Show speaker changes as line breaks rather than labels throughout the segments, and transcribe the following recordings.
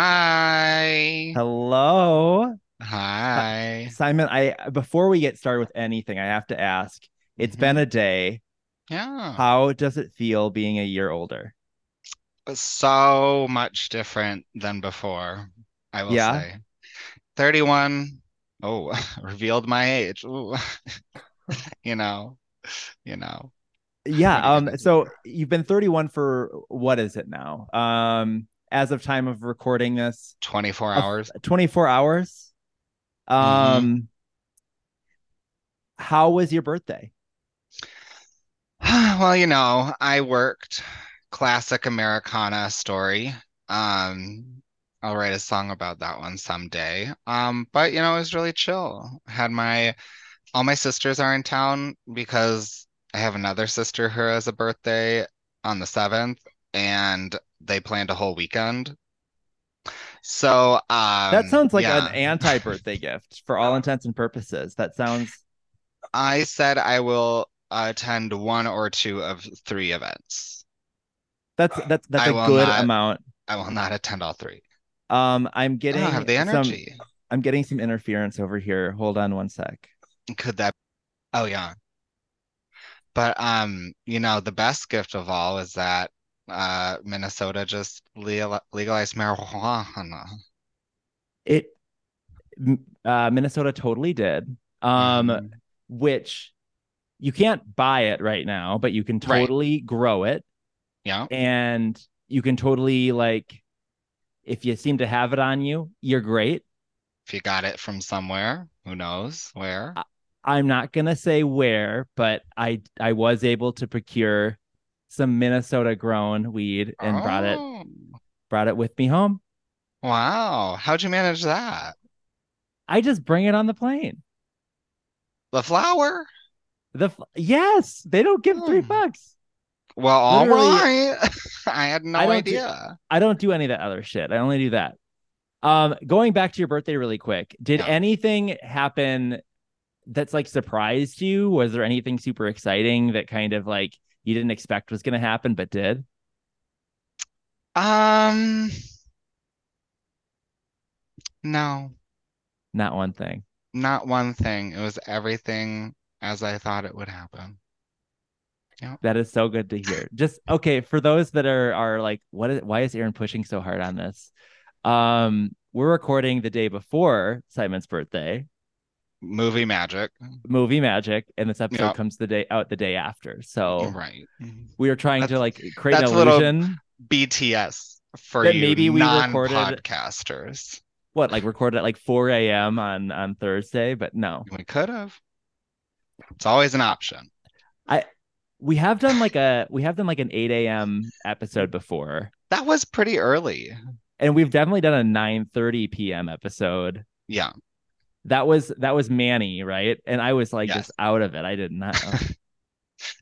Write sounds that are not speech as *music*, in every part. Hi.
Hello. Si-
Hi.
Simon, I before we get started with anything, I have to ask. It's been
Mhm.
a day.
Yeah.
How does it feel being a
*laughs*
year older?
It's so much different than before, I will
Yeah.
say. 31. Oh, *laughs* revealed my age. Ooh, *laughs* you know, you know, what are
Yeah,
you
um
gonna do?
so you've been 31 for what is it now? Um as of time of recording this,
24
of
hours.
24 hours.
hmm
Um how was your birthday?
*sighs* Well, you know, I worked classic Americana story. Um, I'll write a song about that one someday. Um, but you know, it was really chill. Had my all my sisters are in town because I have another sister who has a birthday on the 7th and they planned a whole weekend. So,
That
um,
sounds like an
yeah, *laughs* Um,
anti-birthday gift for all intents and purposes. That sounds
I said I will attend one or two of three events.
that's that's that's
uh, I
a
will
good
not
amount.
I will not attend all three.
Um, I'm
I don't have
getting
the
some
energy.
I'm getting some interference over here. Hold on one sec.
Could that Oh yeah. But um, you know, the best gift of all is that uh Minnesota just legal legalized marijuana.
It m- uh Minnesota totally did. Um,
hmm
which you can't buy it right now, but you can
Right.
totally grow it
Yeah.
and you can totally like if you seem to have it on you, you're great.
If you got it from somewhere, who knows where?
I- I'm not gonna say where, but I I was able to procure some Minnesota grown weed and brought it
Oh,
brought it with me home.
wow. How'd you manage that?
I just bring it on the plane.
The flower?
The f- yes, they don't give three
Hmm.
bucks.
Well, all
Literally,
right. *laughs* I had
I
no
don't do
idea.
I don't do any of that other shit. I only do that. Um, going back to your birthday really quick. Did
Yeah.
anything happen that's like surprised you? Was there anything super exciting that kind of like you didn't expect was going to happen but did?
Um, no,
Not one thing.
not one thing. It was everything as I thought it would happen. Yeah.
That is so good to hear. Just okay for those that are are like, what is why is Aaron pushing so hard on this? Um, we're recording the day before Simon's birthday.
Movie magic.
movie magic and this episode
Yeah.
comes the day out the day after so
Right. Mhm.
we are trying to
That's
like create an
that's a little
illusion
BTS for
that
you
maybe we recorded
non-podcasters.
what like recorded at like 4 a.m on on thursday but no
We could have. It's always an
i,
option.
I we have done like a we have done like an 8 a.m episode before
That was pretty early.
and we've definitely done a 9 30 p.m episode
Yeah.
that was that was manny right and i was like just
Yes.
out of it i
*laughs*
did not ugh.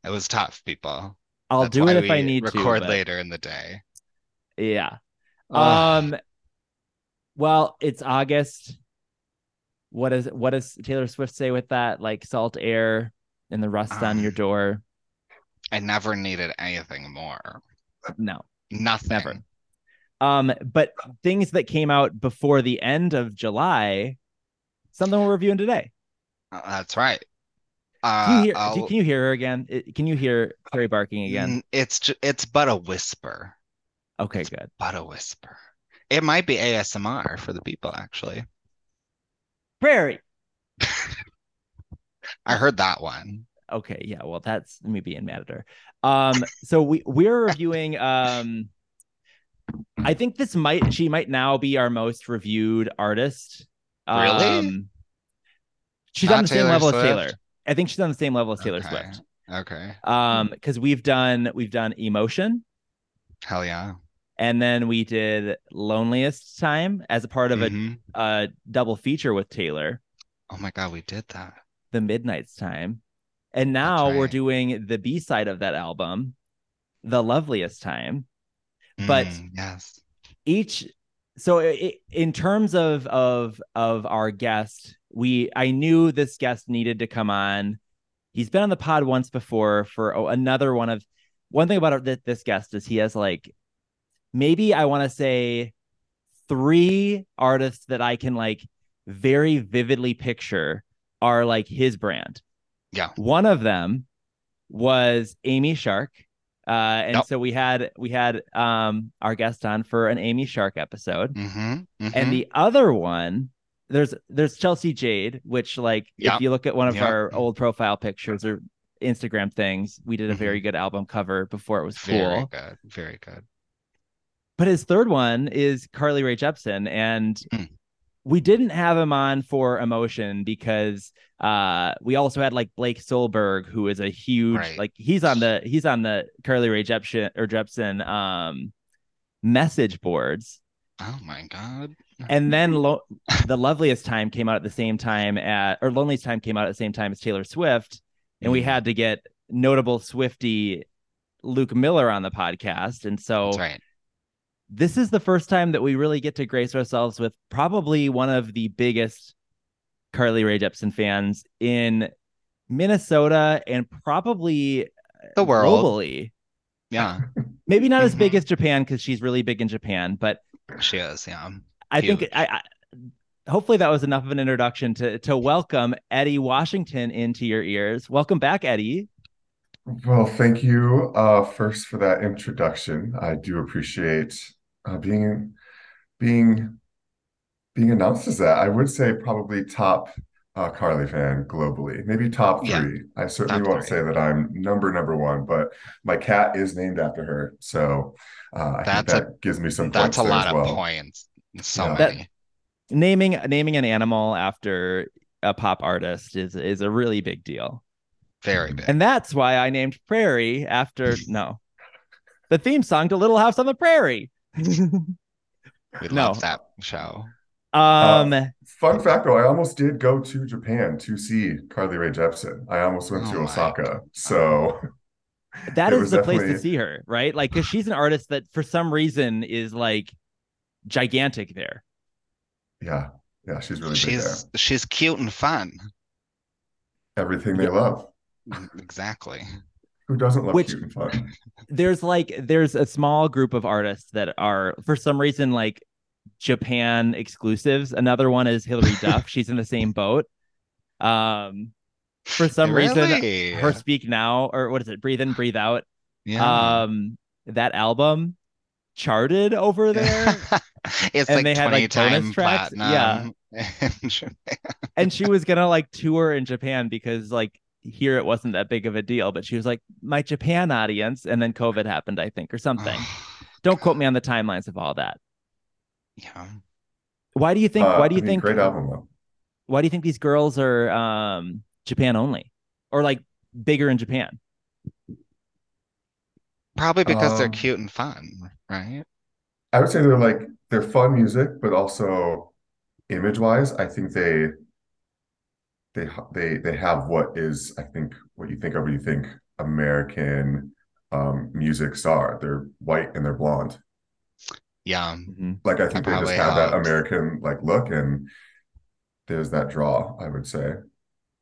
It was tough, people.
i'll
That's
do it
why
if i
we
need to
record
but
later in the day.
yeah
Ugh.
um well it's august what is what does Taylor Swift say with that? Like salt air and the rust on your
Um,
door.
I never needed anything more.
No, never.
Nothing.
Um, but things that came out before the end of July, something we're reviewing today.
Uh, That's right.
Do you
Uh,
hear? Do,
I'll,
can you hear her again? I- Can you hear Carrie barking again?
n- it's ju- it's but a whisper.
Okay,
It's
good.
but a whisper. It might be ASMR for the people, actually.
Prairie.
I heard that one.
Okay, yeah. Well, that's me being mad at her. Um, so we we're reviewing. Um, I think this might she might now be our most reviewed artist.
Really?
Um, she's on
Not
the same
Taylor
level as
Swift?
Taylor. I think she's on the same level as Taylor
Okay.
Swift.
Okay.
Um,
Hmm.
because we've done we've done emotion,
Hell yeah.
and then we did loneliest time as a part of a,
hmm
a double feature with Taylor,
Oh my God, we did that.
the midnight's time, and
That's
now we're
right.
doing the B side of that album, the loveliest time. But
Mm, yes.
each so i i- in terms of of of our guest, we I knew this guest needed to come on. he's been on the pod once before for oh, another one of one thing about th- this guest is he has like maybe I want to say three artists that I can like very vividly picture are like his brand.
Yeah.
One of them was Amy Shark. Uh, and
Yep.
so we had we had um our guest on for an Amy Shark episode.
Mm-hmm.
And the other one, there's there's Chelsea Jade, which like
Yeah.
if you look at one of
Yeah.
our old profile pictures or Instagram things, we did a very good album cover before it was cool.
Mm-hmm. very good, very good.
But his third one is Carly Rae Jepsen, and
Hmm.
we didn't have him on for emotion because uh, we also had like Blake Solberg, who is a huge
Right.
like he's on the he's on the Carly Rae Jepsen or Jepsen um, message boards,
Oh my god.
and
*laughs*
then lo- the loveliest time came out at the same time at or loneliest time came out at the same time as Taylor Swift, and we
Mhm.
had to get notable Swifty Luke Miller on the podcast, and so
That's right.
this is the first time that we really get to grace ourselves with probably one of the biggest Carly Rae Jepsen fans in Minnesota and probably
The world.
globally.
Yeah,
Maybe not as big
Mhm.
as Japan because she's really big in Japan, but
she is. Yeah.
I
Huge.
think I, I hopefully that was enough of an introduction to to welcome Eddie Washington into your ears. Welcome back, Eddie.
Well, thank you uh, first for that introduction. I do appreciate uh, being being being announced as that. I would say probably top uh, Carly fan globally, maybe top
Yeah.
three. I certainly
Top
won't
three.
say that I'm number number one, but my cat is named after her, so uh, I think
That's a-
that gives me some
That's
points
a
there
lot
as
of
well.
points. So
Yeah.
That-
many.
Naming naming an animal after a pop artist is is a really big deal.
Very
Mm-hmm.
big.
And that's why I named Prairie after no. The theme song to Little House on the Prairie.
We
no.
love that show.
Um
Oh, Fun fact, though, I almost did go to Japan to see Carly Rae Jepsen. I almost went
Oh
to
my
Osaka, so
that
it
is
was
the place to
definitely-
see her, right? Like cuz she's an artist that for some reason is like gigantic there.
*laughs* yeah, yeah, she's really big there.
She's she's cute and fun.
Everything they love.
Exactly.
Who doesn't love
Which-
cute and fun?
There's like there's a small group of artists that are for some reason like Japan exclusives. Another one is
*laughs*
Hilary Duff. She's in the same boat. Um for some reason
Really?
her speak now or what is it? Breathe in, breathe out
Yeah.
um that album
*laughs*
charted over there
it's
and
like
they
20
had, like,
time
bonus tracks.
platinum. *laughs* Yeah.
and she was gonna like tour in japan because like here it wasn't that big of a deal but she was like my japan audience and then covid happened i think or something
Oh,
don't quote me on the timelines of all that
yeah.
why do you think
Uh,
why do you
I mean,
think
great album though?
why do you think these girls are um japan only or like bigger in japan
Probably because they're
Um,
cute and fun, right?
I would say they're like they're fun music, but also image-wise, I think they they ha- they they have what is I think what you think of when you think American um music star. They're white and they're blonde.
Yeah.
Like I think they just
probably
have that
helps.
American like look and there's that draw, I would say.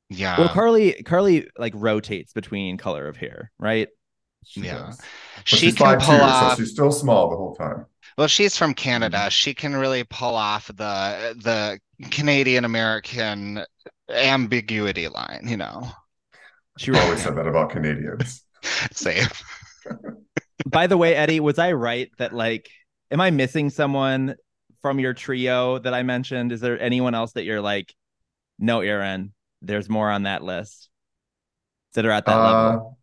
Yeah.
well carly carly like rotates between color of hair right
She
Yeah.
does. But
she
she's
can
5'2",
pull
so
off
she's still small the whole time.
Well, she's from
Mm-hmm.
Canada. She can really pull off the the Canadian American ambiguity line, you know. *laughs*
she
I
really
always said that about Canadians.
Same.
By the way, Eddie, was I right that like, am I missing someone from your trio that I mentioned? Is there anyone else that you're like, no, Aaron, there's more on that list that are at that level?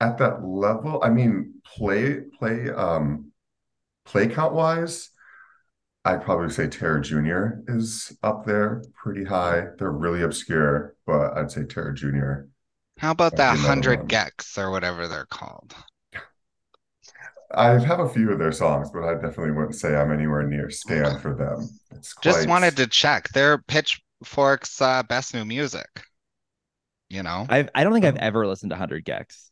Uh, at that level, I mean, play play um play count wise, I'd probably say Terra Jr. is up there pretty high. They're really obscure, but I'd say Terra Jr.
How about that
Okay, another
100
one.
Gex or whatever they're called?
I have a few of their songs, but I definitely wouldn't say I'm anywhere near Stan for them. It's
Just
quite
wanted to check. They're Pitchfork's uh, best new music. You know?
I've- I don't think
um,
I've ever listened to 100 Gex.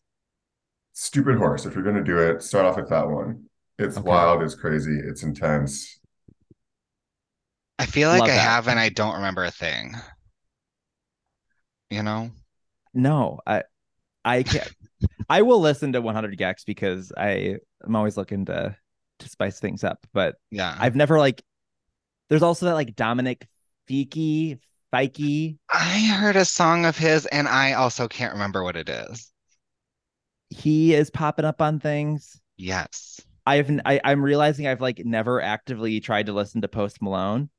Stupid Horse. If you're gonna do it, start off with that one. It's
Okay.
wild, it's crazy, it's intense.
I feel like
Love
I
that.
have and I don't remember a thing. You know?
No, I, I can't. I will listen to 100 Gex because I am always looking to to spice things up. But
Yeah.
I've never like. There's also that like Dominic Fiki, Fike.
I heard a song of his and I also can't remember what it is.
He is popping up on things.
Yes.
I've n- I, I'm realizing I've like never actively tried to listen to Post Malone.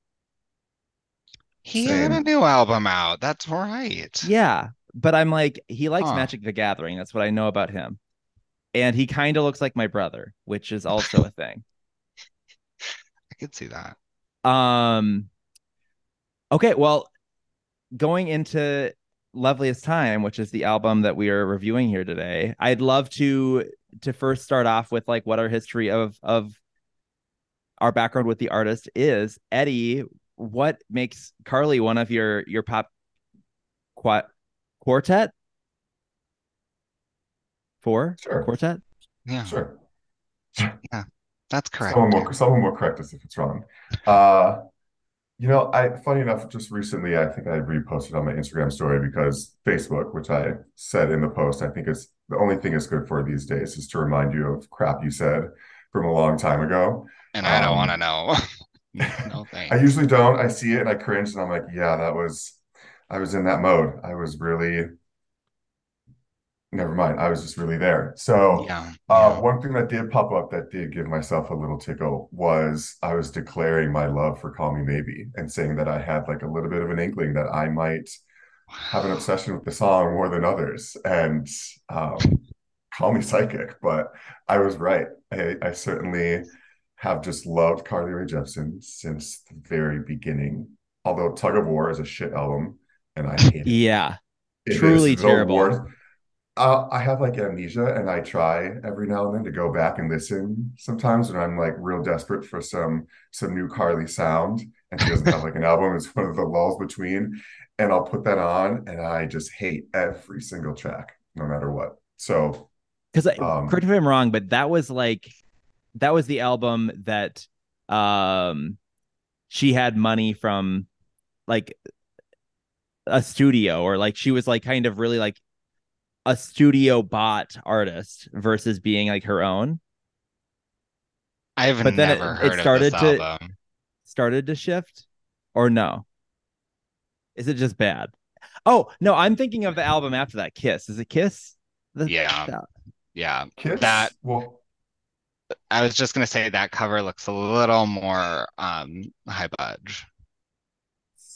He had a
Same.
new album out. That's right.
Yeah, but I'm like he likes
Huh.
Magic the Gathering. That's what I know about him. And he kind of looks like my brother, which is also a thing.
I could see that.
Um Okay, well, going into Loveliest Time, which is the album that we are reviewing here today, I'd love to to first start off with like what our history of of our background with the artist is. Eddie, what makes Carly one of your your pop qua- quartet? Four?
Sure.
Quartet?
Yeah,
Sure.
that's correct.
Someone will, someone will correct us if it's wrong. Uh, you know, I funny enough, just recently, I think I reposted on my Instagram story because Facebook, which I said in the post, I think is the only thing it's good for these days is to remind you of crap you said from a long time ago.
And I don't
Um,
want to
*laughs*
know. No
I
thanks.
usually don't. I see it and I cringe and I'm like, yeah, that was, I was in that mode. I was really, never mind. I was just really there. So,
Yeah.
uh,
yeah.
one thing that did pop up that did give myself a little tickle was I was declaring my love for Call Me Maybe and saying that I had like a little bit of an inkling that I might have an obsession with the song more than others. And um, call me psychic, but I was right. I, I certainly have just loved Carly Rae Jepsen since the very beginning. Although Tug of War is a shit album, and I hate it.
Yeah.
It is
Truly
the
terrible.
worst. Uh, I have like amnesia, and I try every now and then to go back and listen sometimes when I'm like real desperate for some some new Carly sound, and she doesn't have like an album. It's one of the lulls between, and I'll put that on, and I just hate every single track, no matter what. So
because
Um,
correct me if I'm wrong, but that was like that was the album that um she had money from like a studio or like she was like kind of really like a studio bought artist versus being like her own
I've
but then it-
never
it
heard
started
of this
to-
album.
started to shift or no is it just bad oh no i'm thinking of the album after that kiss is it kiss The-
Yeah.
the-
Yeah.
Kiss,
That-
well,
I was just gonna say that cover looks a little more um high budge.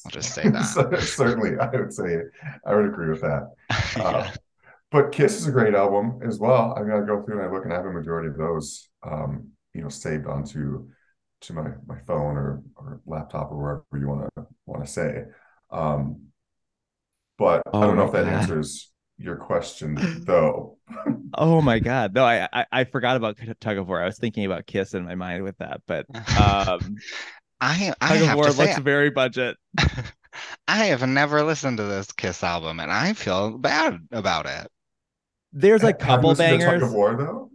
I'll just
*laughs*
say that. *laughs*
cer- certainly, I would say I would agree with that. Uh,
Yeah.
but Kiss is a great album as well. I mean, I go through and I look, and I have a majority of those, um, you know, saved onto to my my phone or or laptop or wherever you want to want to say. Um, but
Oh
I don't know
my
if that
God.
answers your question, though.
oh my god no I, I i forgot about tug of war i was thinking about kiss in my mind with that but um
*laughs* I I
tug of
have
war
to say
looks very budget
I *laughs* have never listened to this Kiss album and I feel bad about it.
there's a
*laughs* Have you
couple
listened to Tug
bangers
of War though.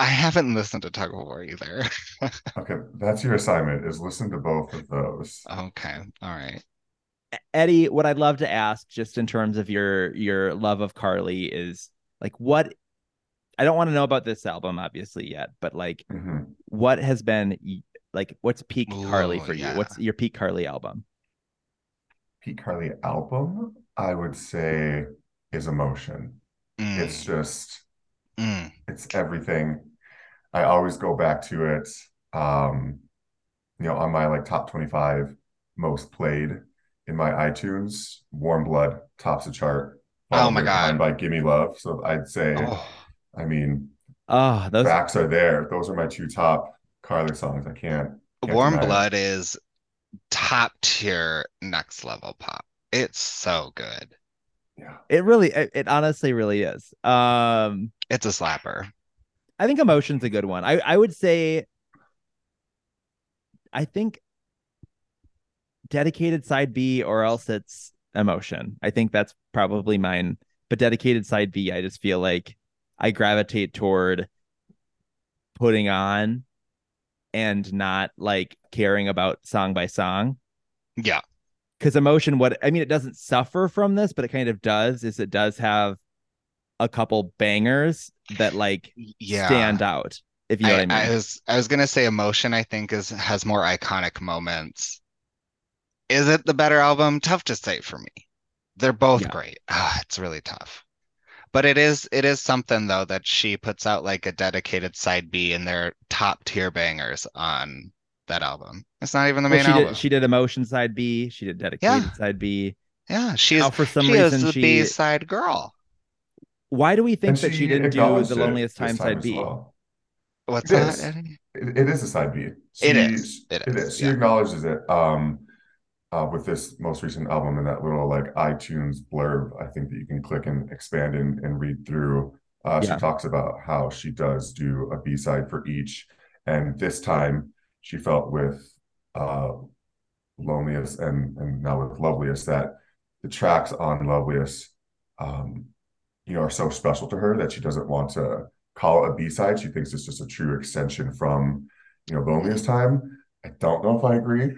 I haven't listened to Tug of War either. *laughs*
Okay, that's your assignment: is listen to both of those.
Okay. All right.
eddie what i'd love to ask just in terms of your your love of carly is like what i don't want to know about this album obviously yet but like
Mhm.
what has been y- like what's peak carly
Ooh,
for
yeah.
you what's your peak carly album
Pete Carly album, I would say, is Emotion.
Mm,
It's just.
mm.
it's everything. I always go back to it. Um, you know, on my like top 25 most played in my iTunes, Warm Blood tops the chart.
Oh my
followed
God.
By Gimme Love. So I'd say,
Oh,
I mean,
oh those
facts are there. Those are my two top Carly songs. I can't. can't
Warm
deny it.
Blood is top tier next level pop. It's so good.
Yeah.
it really it, it honestly really is um
It's a slapper.
I think emotion's a good one. I I would say I think dedicated side B or else it's emotion. I think that's probably mine. But dedicated side B, I just feel like I gravitate toward putting on and not like caring about song by song.
Yeah.
Cause emotion, what I mean, it doesn't suffer from this, but it kind of does, is it does have a couple bangers that like
Yeah.
stand out. if you know
I,
what I
I
mean.
was I was gonna say emotion, I think, is has more iconic moments. Is it the better album? Tough to say for me. They're both
Yeah.
great. Ah, it's really tough. But it is it is something though that she puts out like a dedicated side B and they're top tier bangers on that album. It's not even the
Well,
main
she
album.
did she did emotion side B, she did dedicated side B.
yeah, she's
Now for some
she is
reason
the
she
B side girl.
why do we think
And
that she didn't do
acknowledged
the
it
loneliest
this
time side
as
B?
well.
What's
It
that?
is.
Eddie?
It, it is a side B. She,
It is. It
It
is,
is. She
yeah.
acknowledges it. Um, uh, with this most recent album and that little like iTunes blurb, I think that you can click and expand and, and read through. Uh,
Yeah.
She talks about how she does do a B side for each, and this time she felt with uh, Loneliest and and now with Loveliest that the tracks on Loveliest, um, you know, are so special to her that she doesn't want to call it a B side. She thinks it's just a true extension from you know Loneliest time. I don't know if I agree.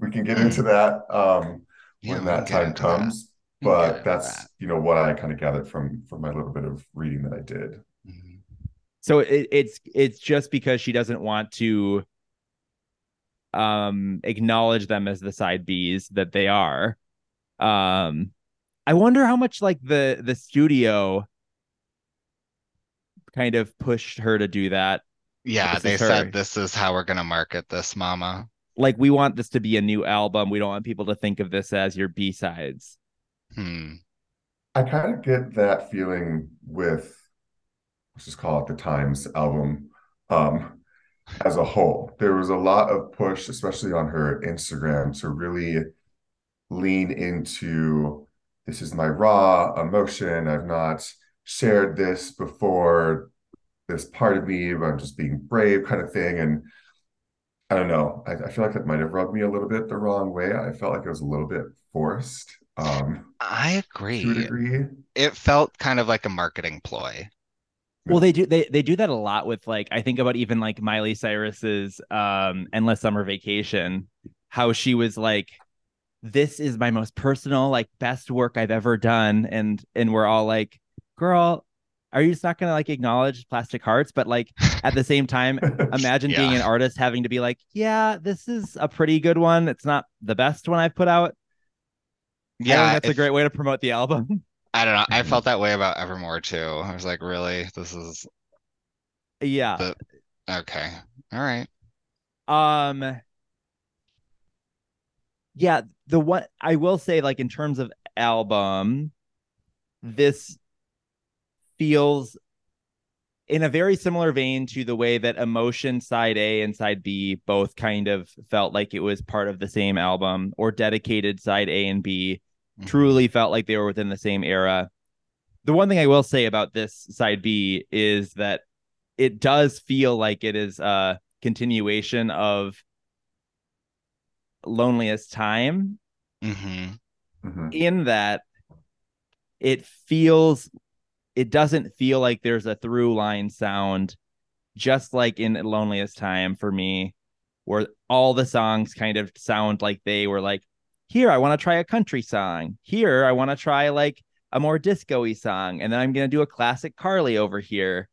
We can get into that um,
Mm. Yeah,
when
we can
that
get
time
into that.
comes.
We can get
But
into
that's
that.
you know what I kind of gathered from from my little bit of reading that I did.
Mhm.
So it, it's it's just because she doesn't want to um acknowledge them as the side Bs that they are. Um I wonder how much like the the studio kind of pushed her to do that.
Yeah,
This
they
is her.
said this is how we're gonna market this, mama.
Like we want this to be a new album. We don't want people to think of this as your B-sides.
Hmm.
I kind of get that feeling with let's just call it the Times album um, as a whole. There was a lot of push, especially on her Instagram, to really lean into this is my raw emotion. I've not shared this before, this part of me, but I'm just being brave, kind of thing. And I don't know. I, I feel like that might have rubbed me a little bit the wrong way. I felt like it was a little bit forced um,
I
to a
agree.
degree.
It felt kind of like a marketing ploy.
Well, they do they they do that a lot with like I think about even like Miley Cyrus's um Endless Summer Vacation, how she was like, This is my most personal, like best work I've ever done. And and we're all like, Girl, are you just not gonna like acknowledge plastic hearts? But like at the same
*laughs*
time, imagine being an artist having to be like, Yeah, this is a pretty good one. It's not the best one I've put out. I think
Yeah,
that's a
it's-
great Mm-hmm. way to promote the album.
I don't know. I
Mhm.
felt that way about Evermore too. I was like, really? This is
yeah.
okay. All right.
Um yeah, the one I will say, like in terms of album, this feels in a very similar vein to the way that emotion side A and side B both kind of felt like it was part of the same album, or dedicated side A and B
Mhm.
truly felt like they were within the same era. The one thing I will say about this side B is that it does feel like it is uh, a continuation of loneliest time
hmm
Mhm.
in that it feels it doesn't feel like there's a through line sound just like in loneliest time for me where all the songs kind of sound like they were like here i want to try a country song here i want to try like a more disco-y song and then i'm going to do a classic carly over here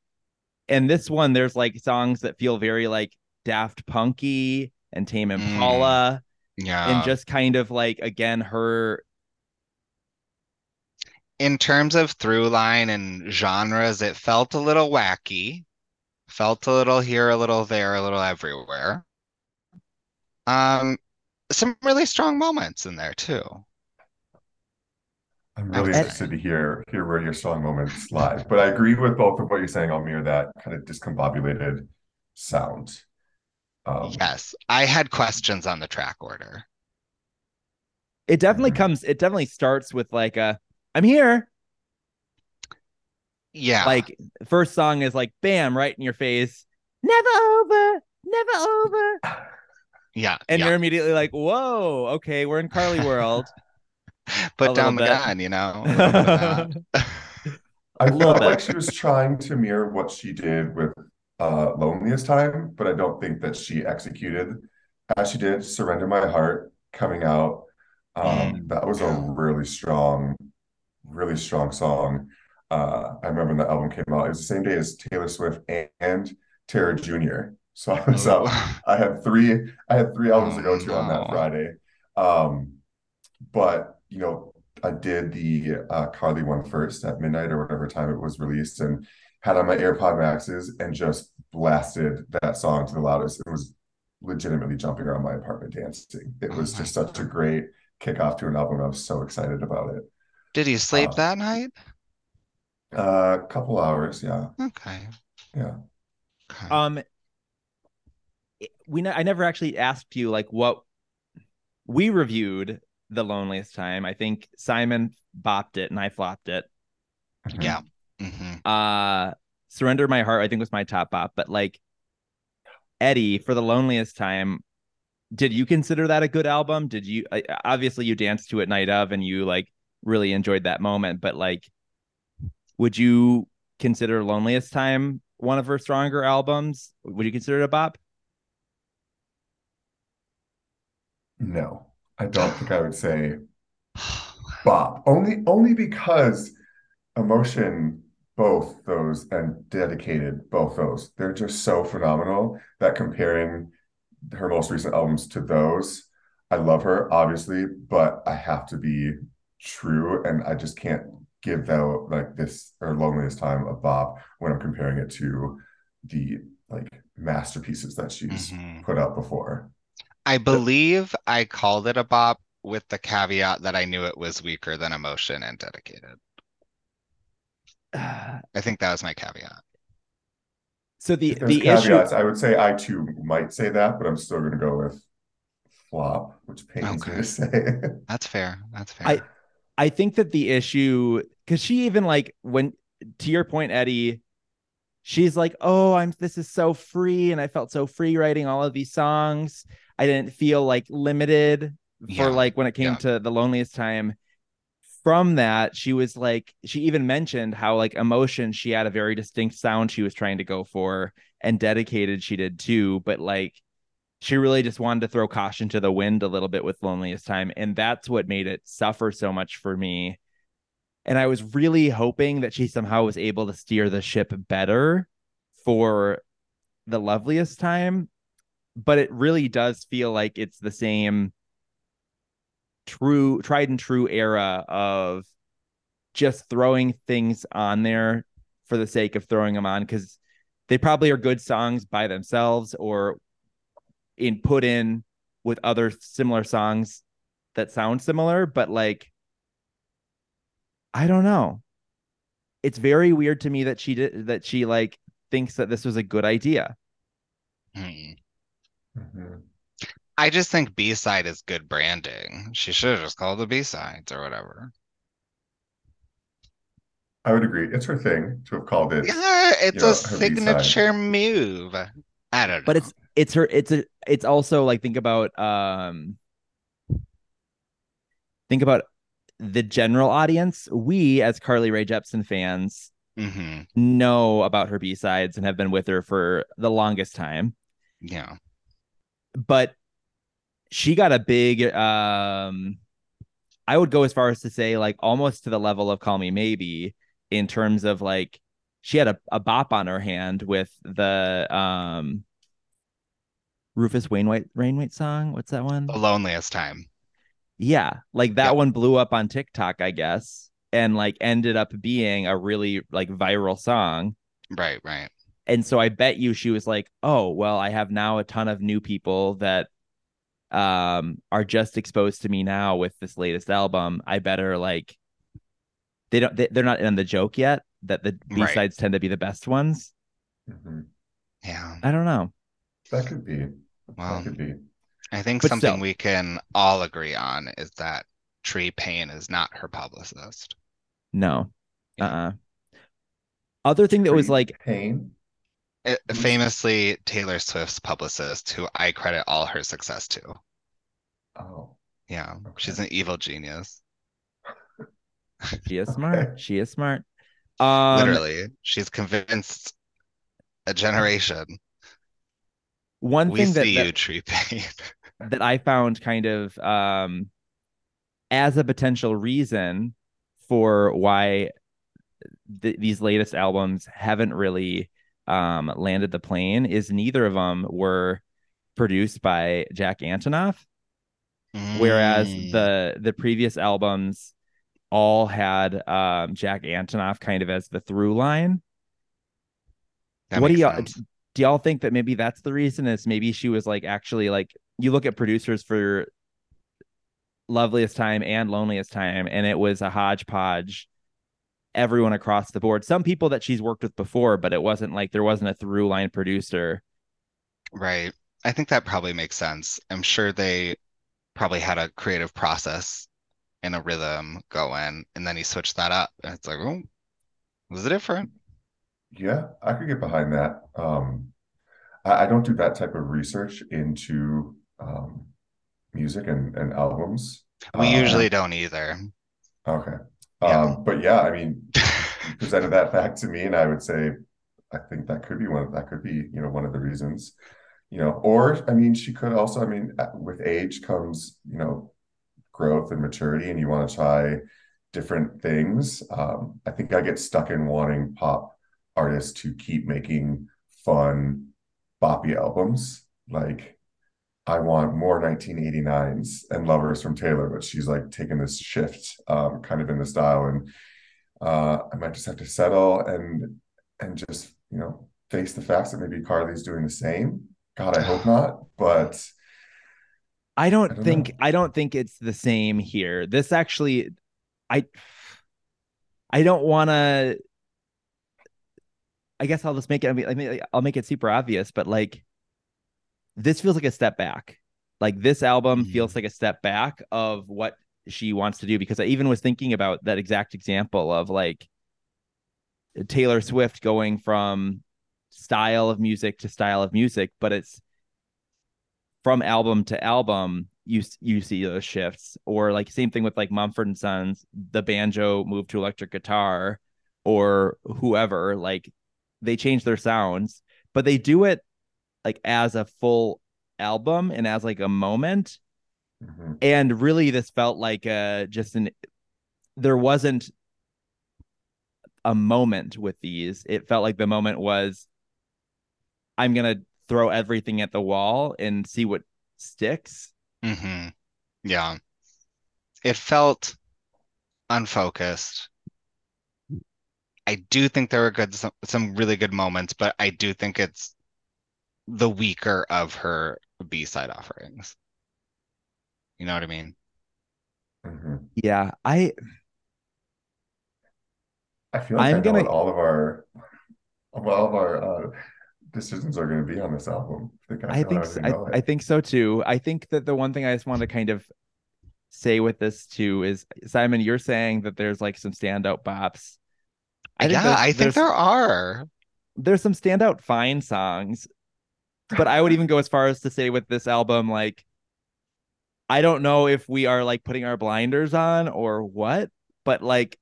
and this one there's like songs that feel very like daft punky and tame
Mm.
impala
Yeah.
and just kind of like again her
in terms of through line and genres, it felt a little wacky. Felt a little here, a little there, a little everywhere. Um, some really strong moments in there too.
I'm really
Okay.
interested to hear hear where your strong moments lie. But I agree with both of what you're saying, Almir, that kind of discombobulated sound.
Oh.
Um,
Yes, I had questions on the track order.
it definitely
Mm-hmm.
Mhm.
comes it definitely starts with like a i'm here
Yeah,
like first song is like bam right in your face never over never over
yeah,
and
yeah.
you're immediately like whoa okay we're in
*laughs*
carly world a
Put
little
down the
bit.
gun, you know. a little bit of Oh, that.
A
I
little
felt
bit.
like she was trying to mirror what she did with uh, Loneliest Time, but I don't think that she executed as she did Surrender My Heart coming out. Um, that was a
yeah.
really strong, really strong song. Uh, I remember when the album came out. It was the same day as Taylor Swift and Tara Jr. So I
Oh.
was out.
uh,
*laughs* I had three. I had three albums to go to on
no.
that Friday. Um, but you know, I did the uh, Carly one first at midnight or whatever time it was released, and had on my AirPod Maxes and just blasted that song to the loudest. It was legitimately jumping around my apartment dancing. It
Oh
was
my
just such a great kickoff to an album. I was so excited about it.
Did you sleep
Uh,
that night?
A Uh, couple hours, yeah,
Okay.
yeah.
Okay.
*laughs* Um, it- we ne- I never actually asked you like what we reviewed the loneliest time. I think Simon bopped it and I flopped it.
yeah. hmm
Uh, surrender my heart. I think was my top bop, but like Eddie for the loneliest time. Did you consider that a good album? Did you I- obviously you danced to it night of and you like really enjoyed that moment, but like, would you consider loneliest time one of her stronger albums? Would you consider it a bop? *sighs*
No, I don't think I would say Bob. Only only because emotion, both those and dedicated, both those, they're just so phenomenal that comparing her most recent albums to those, I love her, obviously, but I have to be true and I just can't give that like this or loneliest time a Bob when I'm comparing it to the like masterpieces that she's
Mhm.
put out before.
I believe I called it a bop with the caveat that I knew it was weaker than Emotion and Dedicated. I think that was my caveat.
So the
If there's
the issue
caveats, I would say I too might say that, but I'm still going to go with flop, which pains
Okay.
me to say. *laughs*
That's fair. That's fair.
I- I think that the issue cuz she even like when to your point Eddie she's like, "Oh, I'm this is so free and I felt so free writing all of these songs. I didn't feel like limited for
Yeah,
like when it came
yeah.
to the loneliest time." From that, she was like she even mentioned how like emotion she had a very distinct sound she was trying to go for and dedicated she did too, but like she really just wanted to throw caution to the wind a little bit with loneliest time and that's what made it suffer so much for me and i was really hoping that she somehow was able to steer the ship better for the loveliest time but it really does feel like it's the same true tried and true era of just throwing things on there for the sake of throwing them on because they probably are good songs by themselves or in put in with other similar songs that sound similar, but like I don't know. It's very weird to me that she did that she like thinks that this was a good idea.
Hmm.
Mhm.
I just think B-side is good branding. She should have just called it B-sides or whatever.
I would agree. It's her thing to have called it.
Yeah, it's
Yeah,
a
her
signature move. I don't know.
But it's it's her it's a it's also like think about um think about the general audience. We as Carly Rae Jepsen fans
hmm
know about her B-sides and have been with her for the longest time.
Yeah.
but she got a big um i would go as far as to say like almost to the level of call me maybe in terms of like she had a, a bop on her hand with the um rufus wainwright wainwright song what's that one
The loneliest time.
yeah like that
Yep.
one blew up on tiktok i guess and like ended up being a really like viral song
Right, right.
and so I bet you she was like, "Oh, well, I have now a ton of new people that um are just exposed to me now with this latest album. I better like they don't they, they're not in on the joke yet that the
Right.
B-sides tend to be the best ones.
Mhm.
Yeah.
I don't know.
That could be.
Well,
That could be.
I think
But
something
still.
we can all agree on is that Tree Payne is not her publicist.
No. Uh-uh. Other thing that was
Pretty
like
pain.
It,
Mm-hmm.
Who's-
famously, Taylor Swift's publicist, who I credit all her success to.
Oh,
Yeah, she's
Okay.
an evil genius.
she is
*laughs*
smart.
Okay.
She is smart. Um
Literally, she's convinced a generation.
one
We
thing that,
see
that
you, Tree Payne. *laughs*
that I found kind of um, as a potential reason for why th- these latest albums haven't really um, landed the plane is neither of them were produced by Jack Antonoff, whereas
Mm.
the the previous albums all had um, Jack Antonoff kind of as the through line.
That
what do
makes
y'all
sense.
do y'all think that maybe that's the reason is maybe she was like actually like you look at producers for loveliest time and loneliest time and it was a hodgepodge everyone across the board some people that she's worked with before but it wasn't like there wasn't a through line producer
Right. I think that probably makes sense. I'm sure they probably had a creative process and a rhythm going, and then he switched that up, and it's like, oh, was it different?
Yeah, I could get behind that. Um, I, I don't do that type of research into um, music and, and albums.
We
Uh,
usually don't either. *laughs*
okay.
Yeah.
Um, but yeah, I mean, you *laughs* presented that fact to me, and I would say, I think that could be one of that could be, you know, one of the reasons, you know, or I mean, she could also, I mean, uh, with age comes, you know, growth and maturity, and you want to try different things. Um, I think I get stuck in wanting pop artists to keep making fun, boppy albums. Like, I want more 1989s and Lovers from Taylor, but she's like taking this shift, um, kind of in the style, and uh, I might just have to settle and and just you know face the facts that maybe Carly's doing the same. God, I hope not, but
I don't,
I don't
think
know.
I don't think it's the same here. This actually I I don't want to I guess I'll just make it I mean, I mean I'll make it super obvious, but like this feels like a step back. Like this album
Mhm.
feels like a step back of what she wants to do because I even was thinking about that exact example of like Taylor Swift going from style of music to style of music, but it's from album to album you s- you see those shifts or like same thing with like Mumford and Sons the banjo moved to electric guitar or whoever like they change their sounds but they do it like as a full album and as like a moment
mhm.
and really this felt like uh just an there wasn't a moment with these it felt like the moment was i'm gonna throw everything at the wall and see what sticks
hmm Yeah. It felt unfocused. I do think there were good some, some really good moments, but I do think it's the weaker of her B-side offerings. You know what I mean?
Mhm.
yeah i
I feel like
I'm
I know
gonna-
what all of our what all of our uh, decisions are going to be on this album. I think I,
i
feel
think
I
so,
already know
I, I
it.
think so too i think that the one thing i just want to kind of say with this too is simon you're saying that there's like some standout bops
Yeah,
there's-
I think
there's-
there are.
there's some standout fine songs, but I would even go as far as to say with this album, like, I don't know if we are like putting our blinders on or what, but like,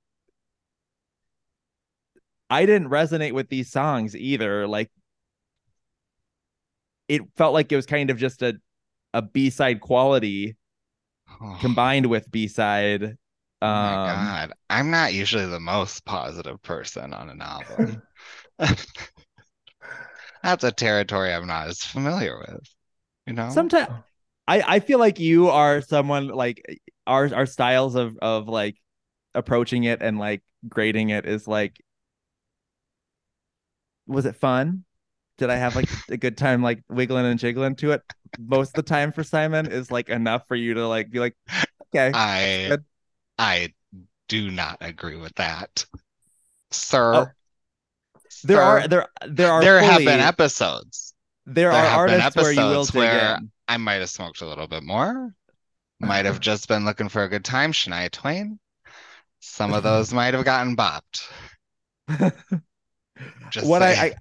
I didn't resonate with these songs either. Like, it felt like it was kind of just a, a B side quality
Oh,
combined with B side.
my
Um,
God. I'm not usually the most positive person on an album. *laughs* That's a territory I'm not as familiar with, you know?
sometimes I, I feel like you are someone like our our styles of of like approaching it and like grading it is like was it fun? Did
*laughs*
I have like a good time like wiggling and jiggling to it? Most of the time for Simon is like enough for you to like be like, okay,
I
good.
I do not agree with that, sir.
Oh, there are
Sir.
there there are
There have
fully-
been episodes. there
there
have
are
been
artists where you will
episodes
dig
where-
in.
I might have smoked a little bit more. Might
*laughs*
have just been looking for a good time, Shania Twain. Some of those might have gotten
*laughs*
bopped. Just
what I, I
saying.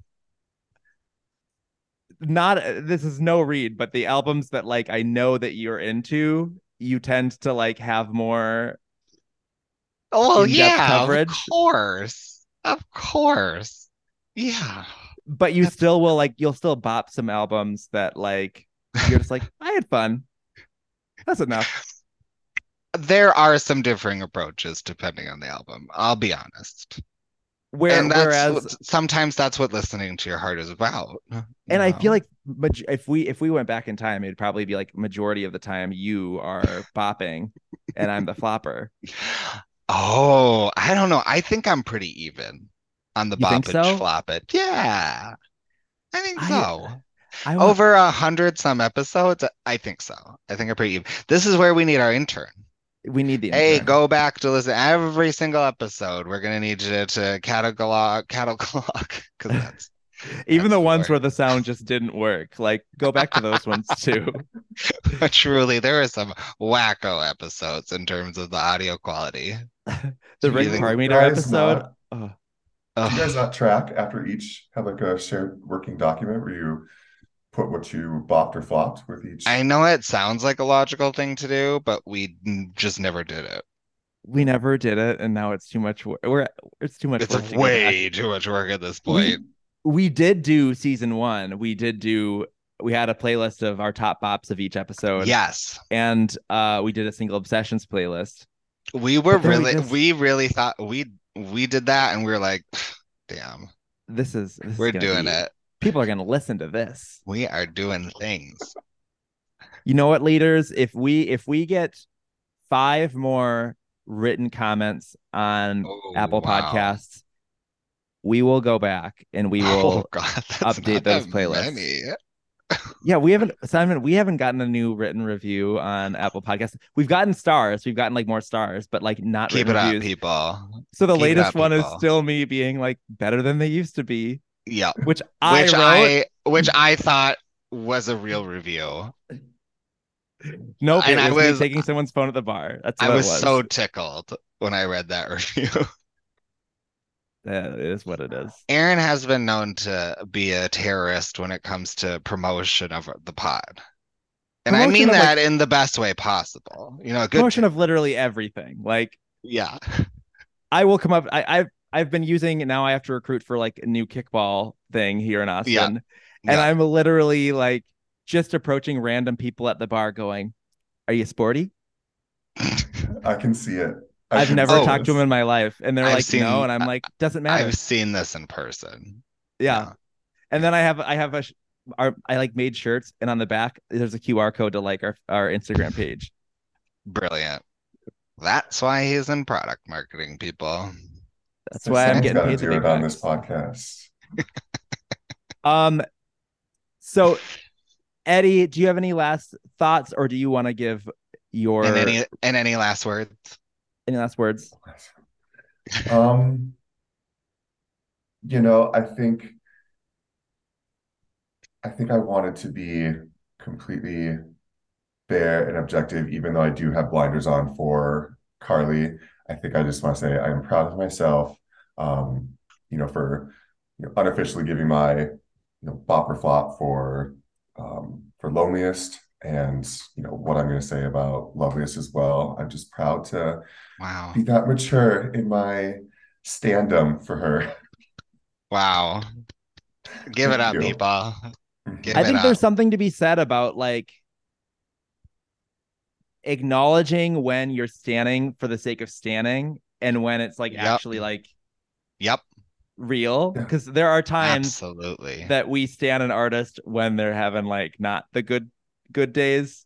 not this is no read, but the albums that like I know that you're into, you tend to like have more.
Oh
in-depth
yeah,
coverage.
of course, of course, yeah.
But you
That's-
still will like you'll still bop some albums that like you're
*laughs*
just like I had fun. That's enough.
There are some differing approaches depending on the album. I'll be honest.
Where,
and that's
whereas
what- sometimes that's what listening to your heart is about. you
and I
know?
feel like maj- if we if we went back in time, it'd probably be like majority of the time you are bopping and I'm
*laughs*
the flopper.
Oh, I don't know. I think I'm pretty even on the
You think
boppage
so?
floppage. Yeah. I think
I-
so.
I want-
Over a hundred some episodes, I think so. I think I'm pretty even. This is where we need our intern.
we need the
Hey,
intern.
go back to listen every single episode. We're gonna need you to catalog catalog *laughs* because
*laughs*
that's
even
that's
the
the word.
ones where the sound just didn't work. Like go back to those ones
*laughs*
too.
truly there are some wacko episodes in terms of the audio quality.
The
Do you
ring
think- *laughs* Oh.
parameter
Guys,
episode.
not-
Ugh.
Do
Ugh.
you guys not track after each have like a shared working document where you put what you bopped or flopped with each?
I know it sounds like a logical thing to do, but we n- just never did it.
we never did it, and now it's too much. Work. We're it's too much.
It's
work to go back.
way too much work at this
we,
point.
we did do season one. We did do. We had a playlist of our top bops of each episode.
Yes,
and uh, we did a single obsessions playlist.
we were
But then we
really,
just-
we really thought we we did that, and we were like, "Damn,
This is this is
we're
gonna
doing
be-
it.
People are gonna listen to this.
We are doing things."
You know what, leaders? If we if we get five more written comments on
Oh,
Apple
wow.
Podcasts, we will go back and we
*laughs*
will.
Oh God, that's
update
not
those
that
playlists.
many.
Yeah, we haven't Simon. We haven't gotten a new written review on Apple Podcasts. We've gotten stars. We've gotten like more stars, but like not
Keep it
written
up,
reviews.
people.
So the
Keep it
latest
up,
one is
people.
still me being like better than they used to be,
Yeah,
which I
which
wrote.
I, which I thought was a real review.
Nope,
and
it
I
was me
was-
taking someone's phone at the bar. That's what
I
it
was so tickled when I read that *laughs* review.
That is what it is.
Aaron has been known to be a terrorist when it comes to promotion of the pod. And I
Promotion
mean
of, like-
that in the best way possible. You know, a good
Promotion of literally everything. Like
yeah.
I will come up. I, I've I've been using now. I have to recruit for like a new kickball thing here in Austin,
Yeah.
and
Yeah.
I'm literally like just approaching random people at the bar, going, "Are you sporty?"
I can see it. I
I've
can
never
see
Oh.
talked to
this.
them in my life, and they're
I've
like,
seen-
"No," and I'm like, "Doesn't matter."
I've seen this in person.
yeah. And then I have I have a sh- our, I like made shirts, and on the back there's a QR code to like our our Instagram page.
Brilliant. That's why he's in product marketing, people.
That's
So
why I'm
someone's
getting
gotta
paid the
do
big
it on
bucks.
this podcast.
Um, so Eddie, do you have any last thoughts, or do you want to give your
And any and any last words?
any last words?
Um, you know, I think I think I wanted to be completely fair and objective, even though I do have blinders on for Carly. I think I just want to say I'm proud of myself, um, you know, for you know, unofficially giving my you know bop or flop for um, for loneliest and you know what I'm going to say about loveliest as well. I'm just proud to
Wow.
be that mature in my standum for her.
Wow. Give it
Thank
up,
you.
people.
*laughs*
Give
I
it
think
up.
there's something to be said about like acknowledging when you're standing for the sake of standing, and when it's like
Yep.
actually like
Yep.
real,
Yeah.
because there are times
Absolutely.
that we stand an artist when they're having like not the good good days,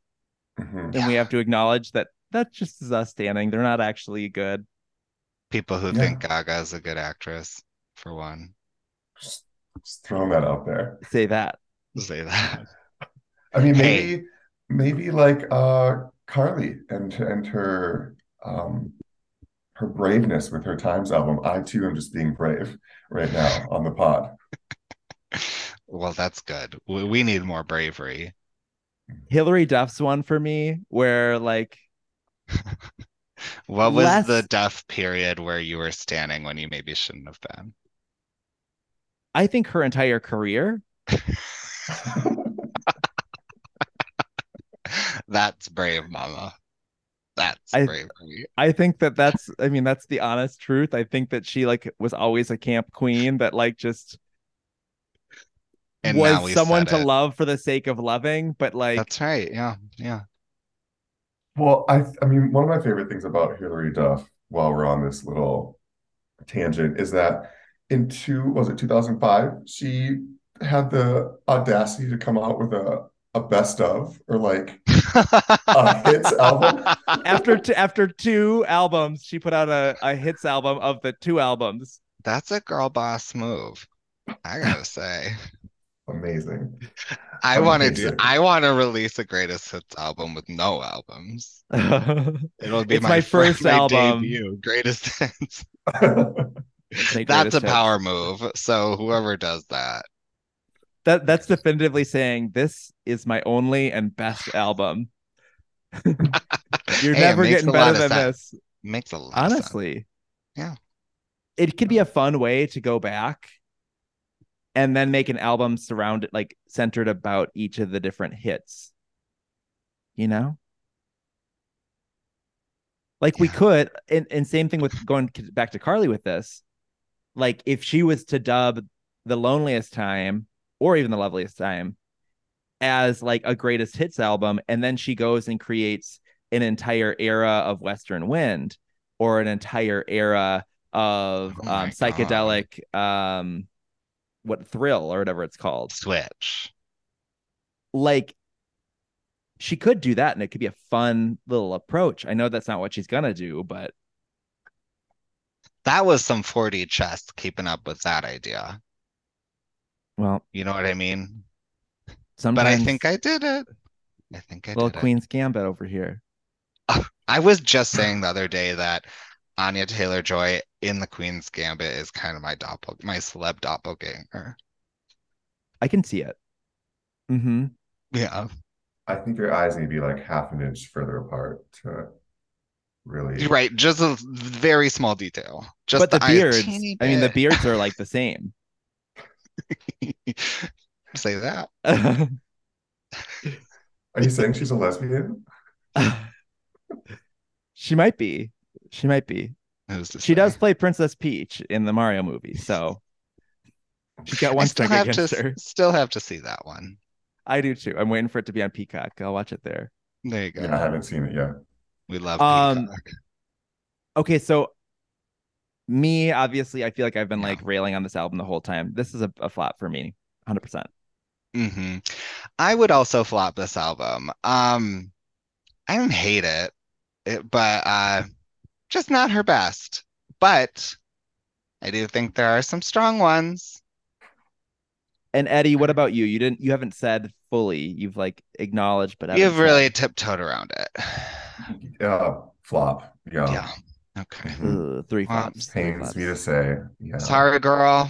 and
Mhm.
we
Yeah.
have to acknowledge that that just is us standing. They're not actually good.
People who
Yeah.
think Gaga is a good actress, for one,
Just, just throwing that out there.
Say that.
say that.
I mean,
Hey.
maybe maybe like uh Carly and and her um her braveness with her Times album. I too am just being brave right now on the pod.
Well, that's good. We, we need more bravery.
Hillary Duff's one for me, where like
What was
Less-
the Duff period where you were standing when you maybe shouldn't have been? *laughs*
I think her entire career.
That's brave, mama. That's
I-
bravery.
I think that that's, I mean, that's the honest truth. I think that she like was always a camp queen that like just
And now
was
we
someone
said
to
it.
love for the sake of loving, but like
That's *laughs* right. Yeah. Yeah.
Well, I I mean, one of my favorite things about Hillary Duff, while we're on this little tangent, is that in two was it 2005 she had the audacity to come out with a a best of or like a hits album
after t- after two albums, she put out a, a hits album of the two albums.
*laughs*
*laughs*
That's a girl boss move. I gotta say,
amazing *laughs*
I want to do.
Amazing.
I want to release a greatest hits album with no albums.
That's
It'll be
It's my first
my
album.
debut, greatest *laughs* hits.
my
That's
greatest
a
hits.
power move. So whoever does that,
That that's definitively saying this is my only and best album. *laughs* You're
Hey, it
never
makes
getting
a lot
better
of
than
sense.
this.
makes a lot. of sense.
Honestly.
Yeah.
It could be a fun way to go back and then make an album surrounded like centered about each of the different hits. You know? Like we
Yeah.
could and, and same thing with going c- back to Carly with this. Like if she was to dub the loneliest time or even the loveliest time as like a greatest hits album and then she goes and creates an entire era of western wind or an entire era of
Oh my God.
um, psychedelic um what thrill or whatever it's called
Switch.
like she could do that and it could be a fun little approach i know that's not what she's gonna do but
That was some 40 chess keeping up with that idea.
well
You know what I mean?
sometimes
But I think I did it. I think I
little
did it.
queen's gambit over here
I was just saying the other day that Anya Taylor Joy in the Queen's Gambit is kind of my doppel, my celeb doppelganger.
i can see it mm-hmm
Yeah,
i think your eyes need to be like half an inch further apart to really
you're right. Just a very small detail. Just
but the,
eye a
beards
teeny
i mean the
bit.
beards are like the same *laughs*
*laughs* Say that.
are you saying she's a lesbian
she might be she might be
Who's to
she does
say?
play princess peach in the mario movie so she's got
I
one
still
stick
have
against
to
her
still have to see that one.
i do too i'm waiting for it to be on peacock i'll watch it there
There you go.
yeah i haven't seen it yet
We love
Um,
Peacock.
okay so me obviously i feel like i've been
Yeah.
like railing on this album the whole time this is a, a flop for me 100%
hmm I would also flop this album. Um, I don't hate it, it- but uh, just not her best. But I do think there are some strong ones.
and eddie what about you you didn't you haven't said fully you've like acknowledged but
You've
haven't
really tiptoed around it.
yeah flop yeah,
Yeah. Okay.
said.
Mhm.
Ugh, three
Well,
flops three
pains
flops.
me to say yeah
Sorry, girl.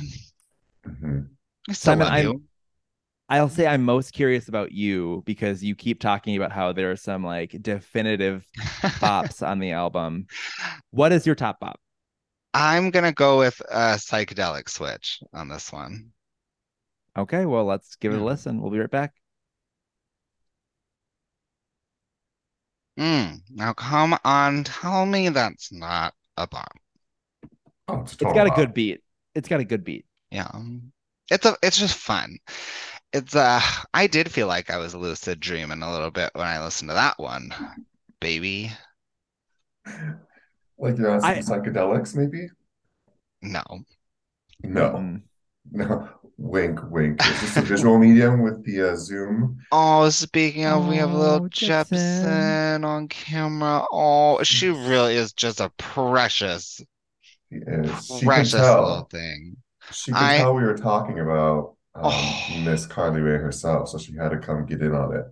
Mhm.
We still
Simon,
love
I'm-
you.
I'll say I'm most curious about you because you keep talking about how there are some like definitive bops on the album. What is your top bop?
I'm gonna go with a psychedelic switch on this one.
Okay, well, let's give it a
Yeah.
listen. We'll be right back.
Mm, now come on, tell me that's not a bomb.
oh, it's,
It's
total
got a
bop.
good beat. It's got a good beat.
Yeah. It's a it's just fun. It's uh I did feel like I was lucid dreaming a little bit when I listened to that one, baby.
like you're on some
I-
psychedelics maybe
No.
no
Mm.
*laughs* No, wink, wink. Is this a visual medium with the uh, Zoom?
Oh, speaking of, we have little
Oh,
Jepsen
Jepsen.
on camera. Oh, she really is just a precious,
She is. uh, She can
precious little
tell.
thing.
She can
I-
tell we were talking about um,
Oh.
Miss Carly Rae herself, so she had to come get in on it.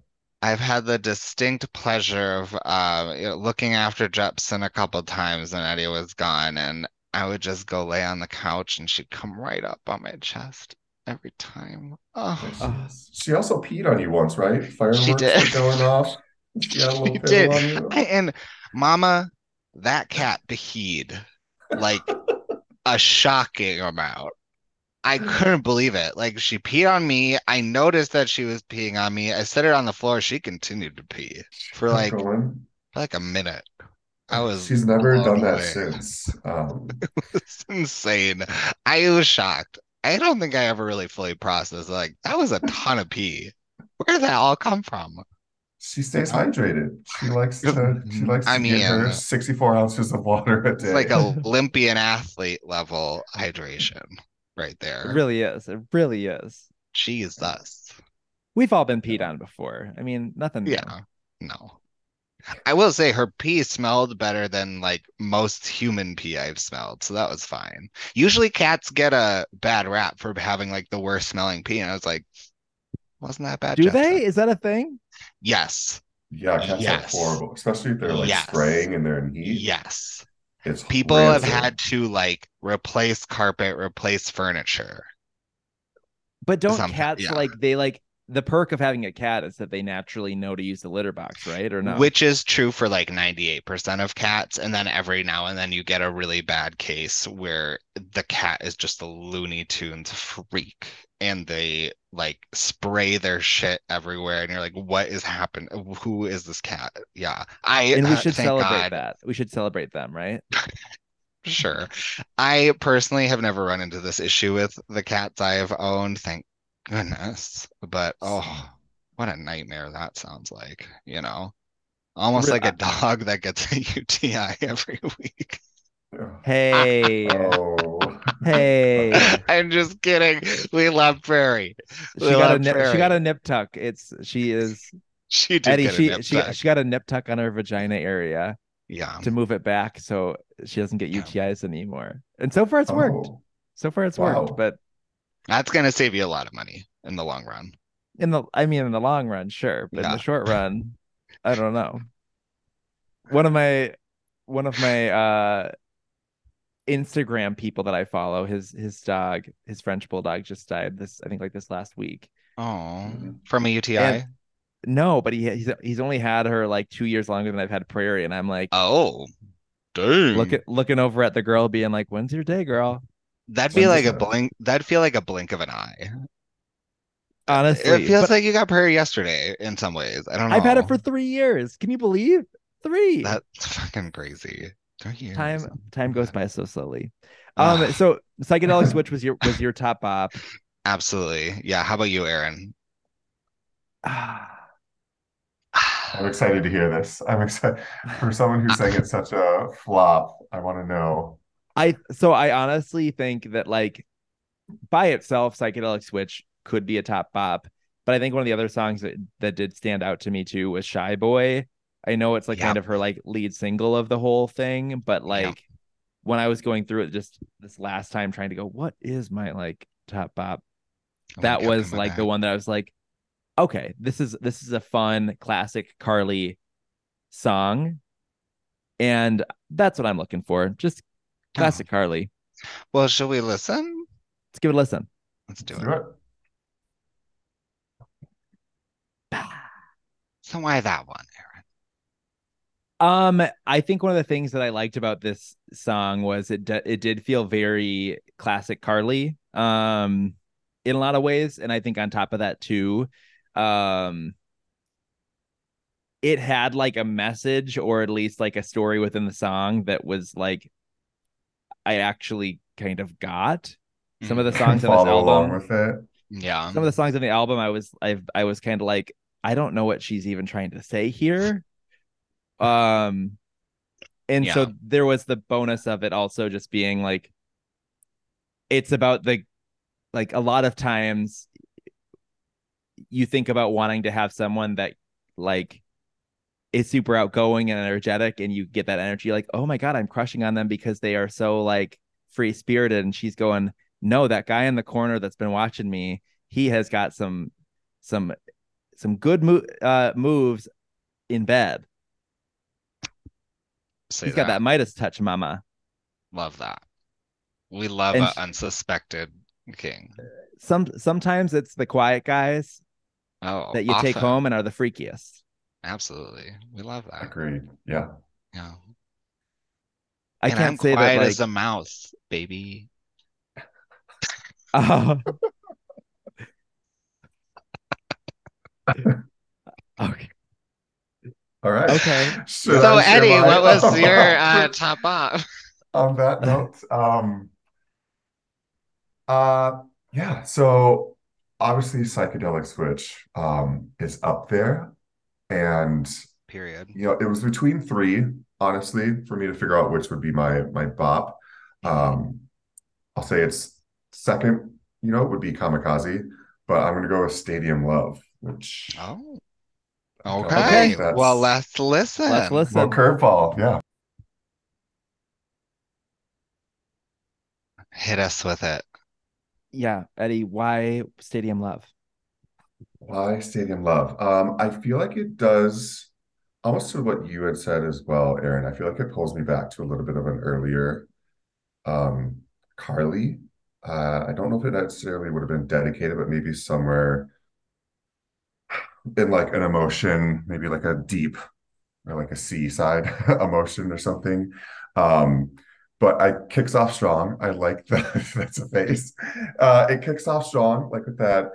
I've had the distinct pleasure of uh, you know, looking after Jepsen a couple times when Eddie was gone, and I would just go lay on the couch and she'd come right up on my chest every time. Oh,
There she
Ah.
is. She also peed on you once, right? Fireworks
did.
were going off. She had a little
*laughs* She
pill
did.
on you.
and Mama, that cat beheed like a shocking amount. I couldn't believe it. Like she peed on me. I noticed that she was peeing on me. I set her on the floor. She continued to pee for like for
Going.
like a minute. I was
She's never
blown
done that
away.
since.
*laughs*
Um,
It's insane. I was shocked. I don't think I ever really fully processed. Like that was a ton of pee. Where did that all come from?
she stays hydrated. She likes to. She likes
I
to get her
mean,
64 ounces of water a
It's
*laughs*
day.
like Olympian athlete level hydration. right there.
It really is. It really is.
Jesus.
We've all been peed on before. I mean, nothing. new.
Yeah. No. I will say her pee smelled better than like most human pee I've smelled, so that was fine. Usually cats get a bad rap for having like the worst smelling pee, and I was like, wasn't that bad?
Do
Jessica?"
they? Is that a thing?
Yes.
Yeah, cats
Yes.
are horrible, especially if they're like
Yes.
spraying and they're in heat.
Yes.
it's
people
rancid.
have had to like replace carpet, replace furniture.
But don't
Sometimes,
cats
yeah.
like they like the perk of having a cat is that they naturally know to use the litter box, right? Or no?
Which is true for like 98% of cats. And then every now and then you get a really bad case where the cat is just a Looney Tunes freak and they like spray their shit everywhere. And you're like, what is happening? Who is this cat? Yeah. I,
and we
uh,
should
thank
celebrate
God.
that. We should celebrate them, right?
Sure. I personally have never run into this issue with the cats I have owned, thank goodness. But oh, what a nightmare that sounds like, you know? Almost
Real-
like a dog that gets a *laughs* UTI every
*laughs*
week.
Hey,
Oh,
*laughs*
hey.
I'm just kidding. We love Prairie.
She
We
got a
love
nip, she
Prairie.
got a nip tuck. It's she is
She did
Eddie.
get a
She
nip
she
tuck.
she got a nip tuck on her vagina area
Yeah.
to move it back so she doesn't get
Yeah.
UTIs anymore. And so far, it's worked.
Oh.
So far, it's
Wow.
worked. But
That's gonna save you a lot of money in the long run.
in the I mean in the long run, sure, but in
Yeah.
the short run, I don't know. One of my one of my uh Instagram people that I follow, his his dog, his French bulldog just died this I think like this last week.
Oh,
Mhm.
from a UTI?
And- No, but he he's he's only had her like 2 years longer than I've had Prairie and I'm like
Oh, dang.
look at looking over at the girl being like when's your day girl?
That'd be
When
like
does
a
that-
blink. That'd feel like a blink of an eye.
Honestly.
It feels
but
like you got prayer yesterday in some ways. I don't know.
I've had it for 3 years. Can you believe? 3.
That's fucking crazy. Three years.
time time goes by so slowly
Ah.
um so
*laughs*
psychedelic switch was your was your top op
Absolutely. Yeah. How about you, Aaron? *sighs*
Ah,
Oh
I'm excited to hear this. I'm excited for someone who sang it such a flop. I want to know.
i so i honestly think that like by itself psychedelic switch could be a top op but i think one of the other songs that, that did stand out to me too was shy boy i know it's like kind
Yep.
of her like lead single of the whole thing but like when i was going through it just this last time trying to go what is my like top op
Oh,
that
yeah,
was
come
like the
back.
one that I was like, okay, this is this is a fun classic Carly song, and that's what I'm looking for. Just classic Carly.
Well, shall we listen?
Let's give it a listen.
Let's do
Let's
it.
do it.
So why that one, Aaron?
Um, I think one of the things that I liked about this song was it d- it did feel very classic Carly, um, in a lot of ways, and I think on top of that too, um, it had like a message or at least like a story within the song that was like I actually kind of got some of the songs
*laughs*
on this
Mm. Follow along
album.
with it.
Mm-hmm. Yeah.
Some of the songs on the album, I was I I was kind of like I don't know what she's even trying to say here. Um, and
Yeah.
so there was the bonus of it also just being like, it's about the, like a lot of times, you think about wanting to have someone that like is super outgoing and energetic, and you get that energy like, oh my god, I'm crushing on them because they are so like free spirited, and she's going, no, that guy in the corner that's been watching me, he has got some some some good mo- uh, moves in bed.
Say
He's got that Midas touch, mama.
Love that. We love
And
an
sh-
unsuspected king.
Some sometimes it's the quiet guys
Oh,
that you take
often.
home and are the freakiest.
Absolutely. We love that.
Agreed. Yeah.
Yeah.
I
And
can't
I'm
say
quiet
that like
as a mouse, baby.
*laughs*
*laughs*
Oh. okay.
All right.
Okay.
Should
So
I share
Eddie,
my-
what
*laughs*
was your uh, top off?
on that note, um, uh, yeah, so obviously psychedelic switch um is up there, and
Period.
you know it was between three, honestly, for me to figure out which would be my my bop. Um, I'll say it's Second, you know, it would be Kamikaze, but I'm gonna go with Stadium Love, which
Oh,
I don't
okay.
think that's-
Well, let's listen.
Let's listen.
well, curveball, yeah.
Hit us with it.
Yeah, Eddie, why Stadium Love?
Why Stadium Love? Um, I feel like it does almost to what you had said as well, Aaron. I feel like it pulls me back to a little bit of an earlier um Carly. Uh, I don't know if it necessarily would have been dedicated, but maybe somewhere in like an emotion, maybe like a deep or like a seaside *laughs* emotion or something. Um, but I kicks off strong. I like *laughs* that. That's a face. Uh, it kicks off strong, like with that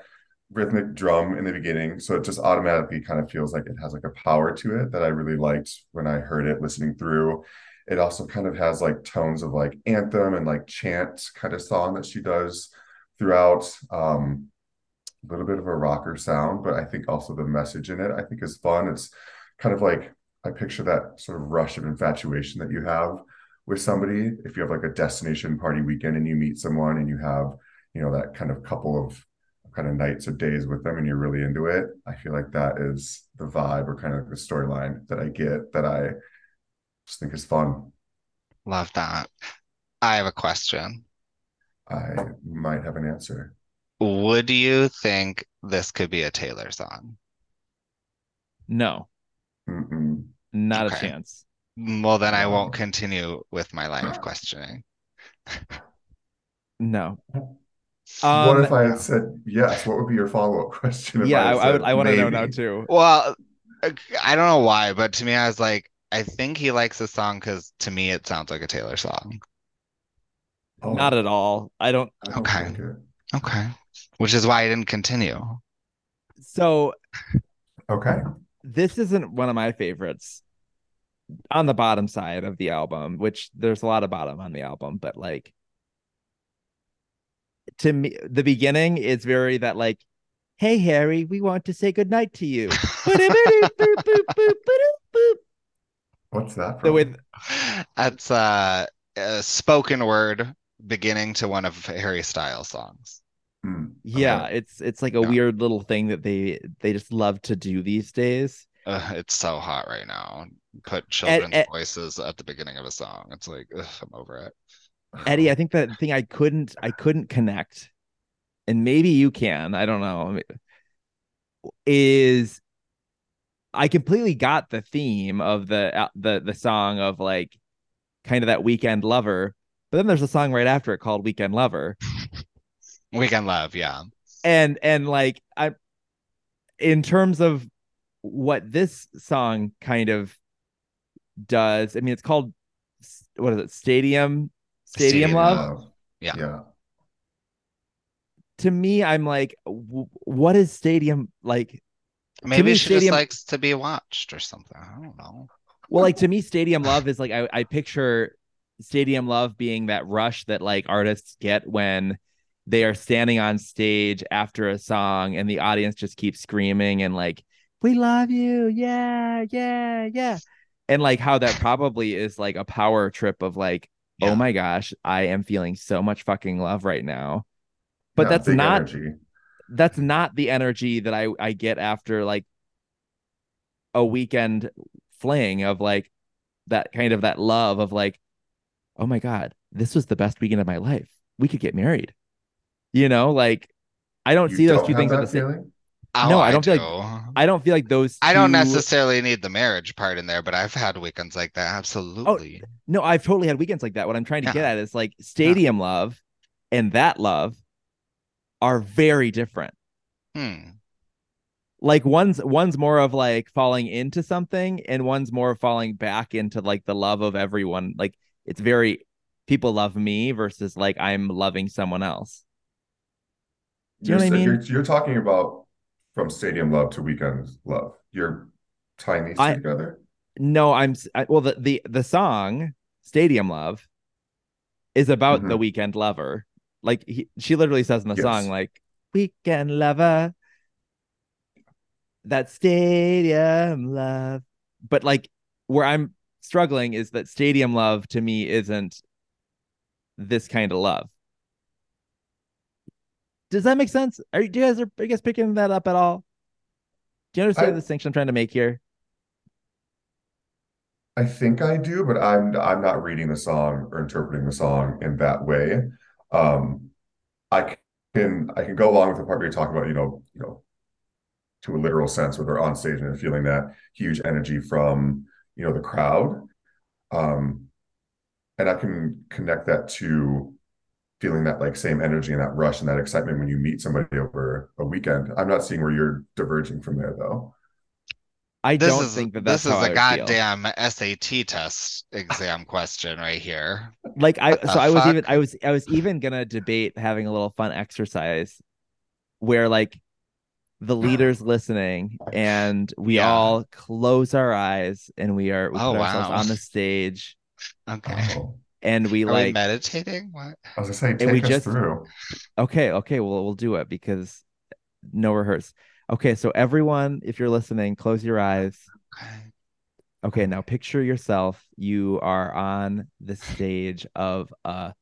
rhythmic drum in the beginning. So it just automatically kind of feels like it has like a power to it that I really liked when I heard it listening through. It also kind of has like tones of like anthem and like chant kind of song that she does throughout. Um, a little bit of a rocker sound, but I think also the message in it I think is fun. It's kind of like I picture that sort of rush of infatuation that you have with somebody if you have like a destination party weekend and you meet someone and you have you know that kind of couple of kind of nights or days with them and you're really into it i feel like that is the vibe or kind of the storyline that i get that i just think is fun
Love that. I have a question.
i might have an answer
Would you think this could be a Taylor song?
No,
Mm-mm.
not a
Okay.
chance.
Well, then I won't
Oh.
continue with my line of questioning.
No.
what
Um,
if i had said yes what would be your follow-up *laughs* question if
yeah, I,
had
I would.
said
I want to know
maybe?
now too.
Well, I don't know why, but to me, I was like, I think he likes this song because to me, it sounds like a Taylor song.
Oh,
Not at all. I don't.
I don't
Okay.
think it.
Okay. Which is why I didn't continue.
So
okay
this isn't one of my favorites on the bottom side of the album, which there's a lot of bottom on the album, but like to me, the beginning is very that like, hey Harry, we want to say goodnight to you. the
what's that
way
from?
That's uh, a spoken word beginning to one of Harry Styles' songs.
Mm,
yeah,
okay.
it's it's like a
Yeah.
weird little thing that they they just love to do these days.
Ugh, it's so hot right now. Put children's
eh.
voices at the beginning of a song. It's like, ugh, I'm over it.
Eddie, I think that thing I couldn't I couldn't connect, and maybe you can. I don't know. I mean, Is I completely got the theme of the uh, the the song of like kind of that weekend lover, but then there's a song right after it called Weekend Lover,
Weekend Love, yeah.
and and like I, in terms of what this song kind of does, I mean it's called s- what is it Stadium Stadium,
Stadium
Love.
Yeah.
yeah
to me, I'm like, w- what is stadium like?
Maybe
me,
she
Stadium-
just likes to be watched or something. I don't know.
Well, like to me, stadium love is like I, I picture stadium love being that rush that like artists get when they are standing on stage after a song and the audience just keeps screaming and like, we love you, yeah, yeah, yeah, and like how that probably is like a power trip of like,
Yeah.
oh my gosh, I am feeling so much fucking love right now. But
Yeah,
that's
big
not
energy.
that's not the energy that I I get after like a weekend fling of like that kind of that love of like oh my god this was the best weekend of my life we could get married you know like I don't
You
see those
don't
two
have
things at
that
the same
feeling?
Oh,
No, I
I
don't feel like-
do.
I don't feel like those
I don't
two-
necessarily need the marriage part in there, but I've had weekends like that. Absolutely.
no I've totally had weekends like that what I'm trying to
Yeah.
get at is like stadium love and that love are very different Oh,
Hmm.
like one's one's more of like falling into something and one's more falling back into like the love of everyone like it's very people love me versus like i'm loving someone else Do you know
You're
what I
sa-
mean?
You're, you're talking about from stadium love to weekend love. You're tying these two
I-
together.
no i'm s- I, well the, the the song stadium love is about the
Mhm.
weekend lover like he, she literally says in the
Yes.
song like weekend lover that stadium love but like where i'm struggling is that stadium love to me isn't this kind of love Does that make sense? Are you, do you guys are, are you guys picking that up at all? Do you understand
I-
the distinction I'm trying to make here?
I think I do, but I'm I'm not reading the song or interpreting the song in that way. Um, I can I can go along with the part where you're talking about, you know, you know, to a literal sense where they're on stage and they're feeling that huge energy from, you know, the crowd. Um, and I can connect that to feeling that like same energy and that rush and that excitement when you meet somebody over a weekend. I'm not seeing where you're diverging from there though.
I
This
don't
is
think that that's
this is
how I
a
would feel.
goddamn SAT test exam question right here.
Like I
What the
so I was
fuck?
even I was I was even gonna debate having a little fun exercise where like the leader's listening and we
Hmm. Yeah.
all close our eyes and we are we
Oh,
put ourselves
wow.
on the stage
Okay.
Oh,
and we
Are we
Um, like
meditating? What?
I was gonna say,
And we
take us
just-
through.
Okay, okay, well, we'll do it because no rehearse. Okay, so everyone, if you're listening, close your eyes.
Okay.
Okay, now picture yourself. You are on the stage of a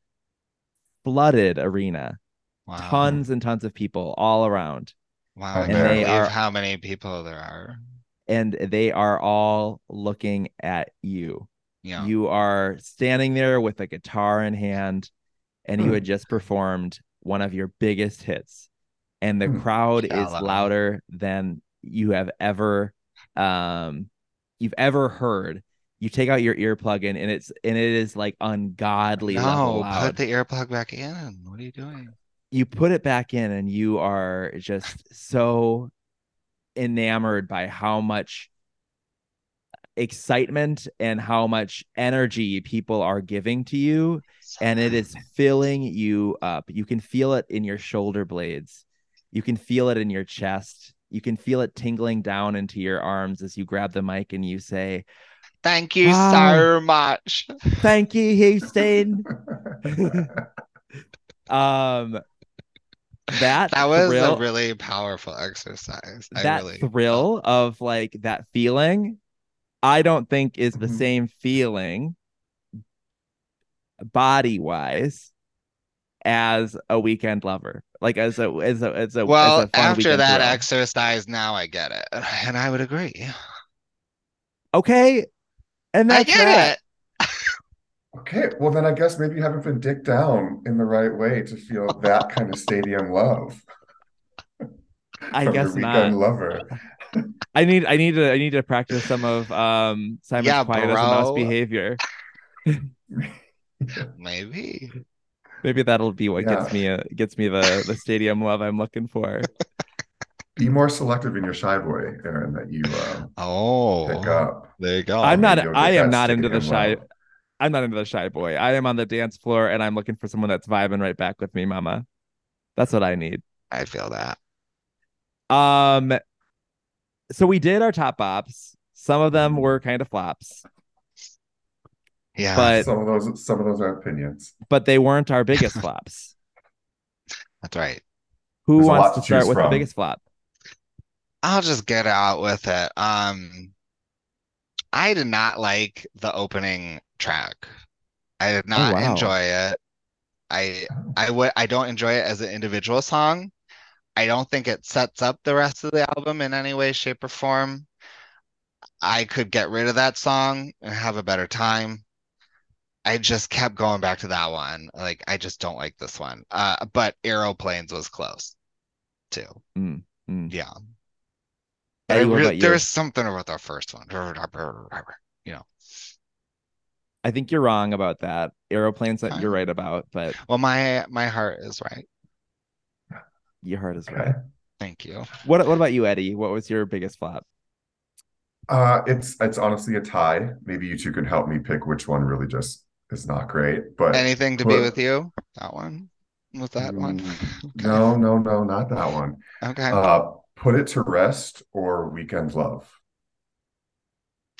flooded arena,
Wow.
tons and tons of people all around,
Wow, I
And
can't
they
believe
are-
how many people there are.
and they are all looking at you.
Yeah.
You are standing there with a guitar in hand, and you
Hmm.
had just performed one of your biggest hits, and the
Hmm.
crowd is
Shallow.
louder than you have ever, um, you've ever heard. You take out your earplug in, and it's and it is like ungodly level
No,
loud.
put the earplug back in. What are you doing?
you put it back in, and you are just so enamored by how much excitement and how much energy people are giving to you
So
and it
good.
is filling you up. You can feel it in your shoulder blades. You can feel it in your chest. You can feel it tingling down into your arms as you grab the mic and you say,
Thank you
Wow.
so much.
"Thank you, Houston." Um, that
That was
thrill,
a really powerful exercise. I
that
really
thrill of like that feeling, I don't think is the
Mm-hmm.
Mhm.
same feeling body wise as a weekend lover, like as a as a as a
Well,
as a fun
after
weekend
that
thrill.
exercise, now I get it. *sighs* And I would agree.
Okay. And
I
that's
get
that.
it.
*laughs* Okay, well then I guess maybe you haven't been dicked down in the right way to feel that kind of stadium love
I
from your
guess not.
weekend lover.
I need I need to I need to practice some of um Simon's
Yeah,
quiet as a mouse
bro.
behavior.
Maybe.
Maybe that'll be what gets
Yeah.
me uh gets me the the stadium love I'm looking for.
Be more selective in your shy boy, Aaron, that you uh, pick
Oh,
up.
there you go.
I'm not
Maybe you'll get
I am
that
not into the
stadium
shy
love.
I'm not into the shy boy. I am on the dance floor and I'm looking for someone that's vibing right back with me, mama. That's what I need.
I feel that.
Um so we did our top bops. Some of them were kind of flops,
Yeah.
but
Some of those, some of those are opinions.
but they weren't our
*laughs*
biggest flops.
That's right.
Who
There's a lot
wants to
to
start
choose
with the
from.
biggest flop?
I'll just get out with it. Um, I did not like the opening track. I did not
wow.
enjoy it. I I would I don't enjoy it as an individual song. I don't think it sets up the rest of the album in any way, shape, or form. I could get rid of that song and have a better time. I just kept going back to that one. Like I just don't like this one. Uh, but Aeroplanes was close too.
Mm, mm.
Yeah.
Eddie,
I
what
rea-
about you?
there's something about the first one. You know.
I think you're wrong about that. Aeroplanes that you're
Fine.
right about, but
Well, my my heart is right.
your heart is
Okay.
right.
Thank you.
What what about you, Eddie? What was your biggest flop?
Uh, it's it's honestly a tie. Maybe you two can help me pick which one really just is not great. But
Anything to be
Well-
with you? That one? Was that one?
Mm,
*laughs* Okay.
no, no, no, not that one.
Okay.
Uh, Put It to Rest or Weekend Love.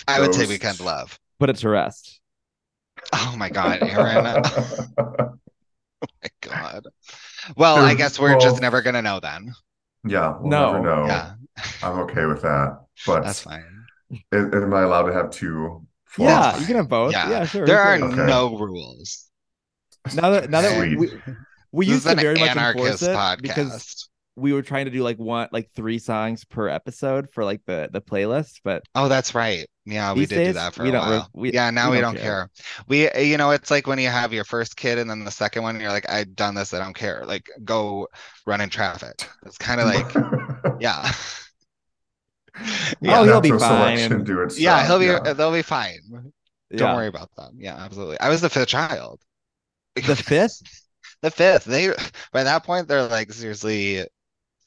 I would say
those
Weekend
t-
Love.
Put it to rest.
Oh my God, Aaron.
*laughs*
Oh
*laughs*
my *laughs* God. Well, I
They're
guess we're just
both-
never gonna know then.
Yeah, we'll
No.
never know.
Yeah,
I'm okay with that. But
that's fine.
a- am I allowed to have two
yeah,
flops?
you can have both. Yeah,
Yeah.
sure.
There are
sure.
Okay.
no rules.
now that now that we,
Sweet.
we we
This is
used to
an
very much enforce
anarchist
it
podcast.
because we were trying to do like one, like three songs per episode for like the the playlist. But
Oh, that's right. Yeah, we
These
did do
days,
that for
we
a
don't re-
while.
we-
Yeah, now
we
we
don't
don't care. We, you know, it's like when you have your first kid and then the second one, you're like, I've done this, I don't care. Like, go run in traffic. It's kind of
*laughs*
like, Oh, yeah. *laughs* Yeah,
Oh, he'll be
Natural
fine.
selection, do it.
yeah,
Scott,
he'll be,
yeah.
they'll be fine. Don't
yeah.
worry about them. Yeah, absolutely. I was the fifth child. *laughs*
The fifth?
The fifth. They, by that point, they're like, seriously,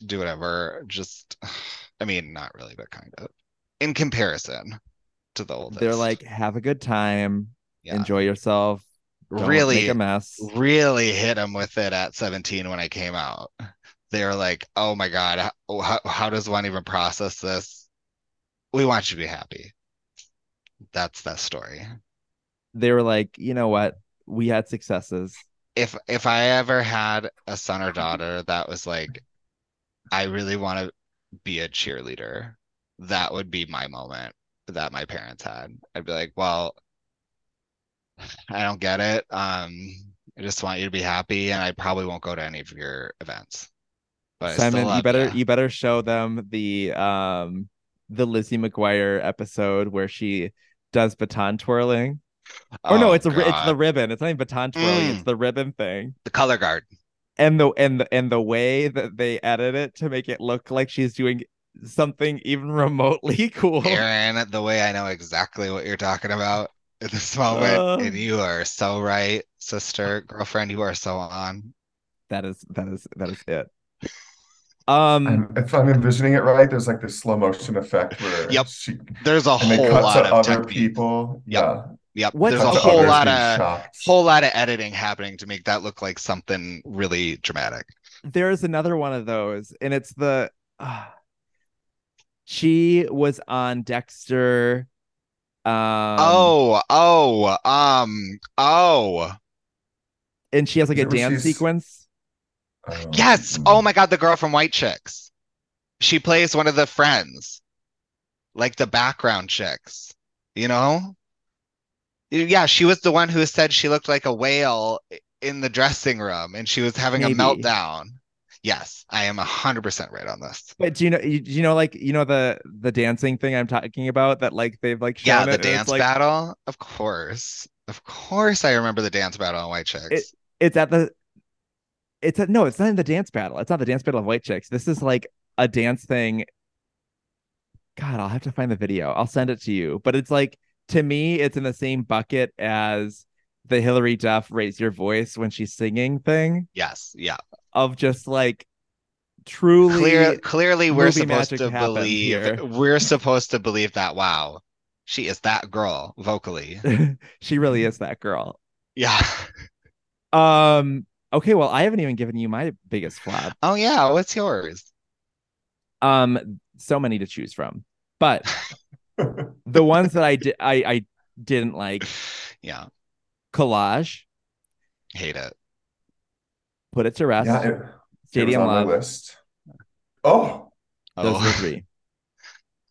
do whatever. Just, I mean, not really, but kind of in comparison to the oldest.
They're like, have a good time,
Yeah.
enjoy yourself, don't
really.
make a mess.
really hit him with it at 17 when I came out. They were like, "Oh my God, how, how, how does one even process this? We want you to be happy." That's that story.
They were like, you know what? We had successes.
If if I ever had a son or daughter that was like, "I really want to be a cheerleader," that would be my moment that my parents had. I'd be like, "Well, I don't get it. Um, I just want you to be happy, and I probably won't go to any of your events." But I still
Simon, you
love
better
ya.
you better show them the um the Lizzie McGuire episode where she does baton twirling. Oh, no,
Oh,
it's a ri- it's the
God.
ribbon. It's not even baton twirling.
Mm.
It's the ribbon thing.
the color
*laughs*
guard.
And the and the, and the way that they edit it to make it look like she's doing something even remotely *laughs* cool.
Aaron, the way I know exactly what you're talking about in this moment,
Uh.
and you are so right, sister, girlfriend, you are so on.
That is that is that is it.
mm.
Um,
I'm- if I'm envisioning it right, there's like this slow motion effect where
Yep.
she
There's a
and they
whole
cut
lot
to
of
other
technique.
people.
Yep.
Yeah,
Yep.
What's
There's
cut
a
to
the
whole
others
lot
being
of
shocked.
whole lot of editing happening to make that look like something really dramatic.
there is another one of those, and it's the ah. she was on Dexter. Um,
oh, oh, um, oh.
and she has like a
Is it where
dance
she's-
sequence.
Oh,
Yes.
mm. *laughs*
Oh my God, the girl from White Chicks. She plays one of the friends, like the background chicks, you know? Yeah, she was the one who said she looked like a whale i- in the dressing room and she was having
Maybe.
a meltdown. Yes, I am 100% right on this.
But do you know? You, do you know, like you know the the dancing thing I'm talking about that like they've like shown
Yeah,
it,
the
and it's
dance
like
battle. Of course. Of course, I remember the dance battle on White Chicks.
it's at the. It's at no, it's not in the dance battle. It's not the dance battle of white chicks. This is like a dance thing. God, I'll have to find the video. I'll send it to you. But it's like to me, it's in the same bucket as the Hillary Duff raise your voice when she's singing thing
Yes, yeah.
of just like truly
Clear, clearly we're
movie
supposed
magic
to
happens
believe *laughs*
here.
we're supposed to believe that wow, she is that girl
*laughs*
vocally.
she really is that girl.
Yeah.
Um. Okay. Well, I haven't even given you my biggest flop.
Oh yeah, what's yours?
Um. So many to choose from, but the ones that I did, I, I didn't like.
Yeah,
Collage,
hate it.
put it to rest.
Yeah, it, it was
Stadium
on my
Love.
list. Oh,
Those
Oh, *laughs*
were three.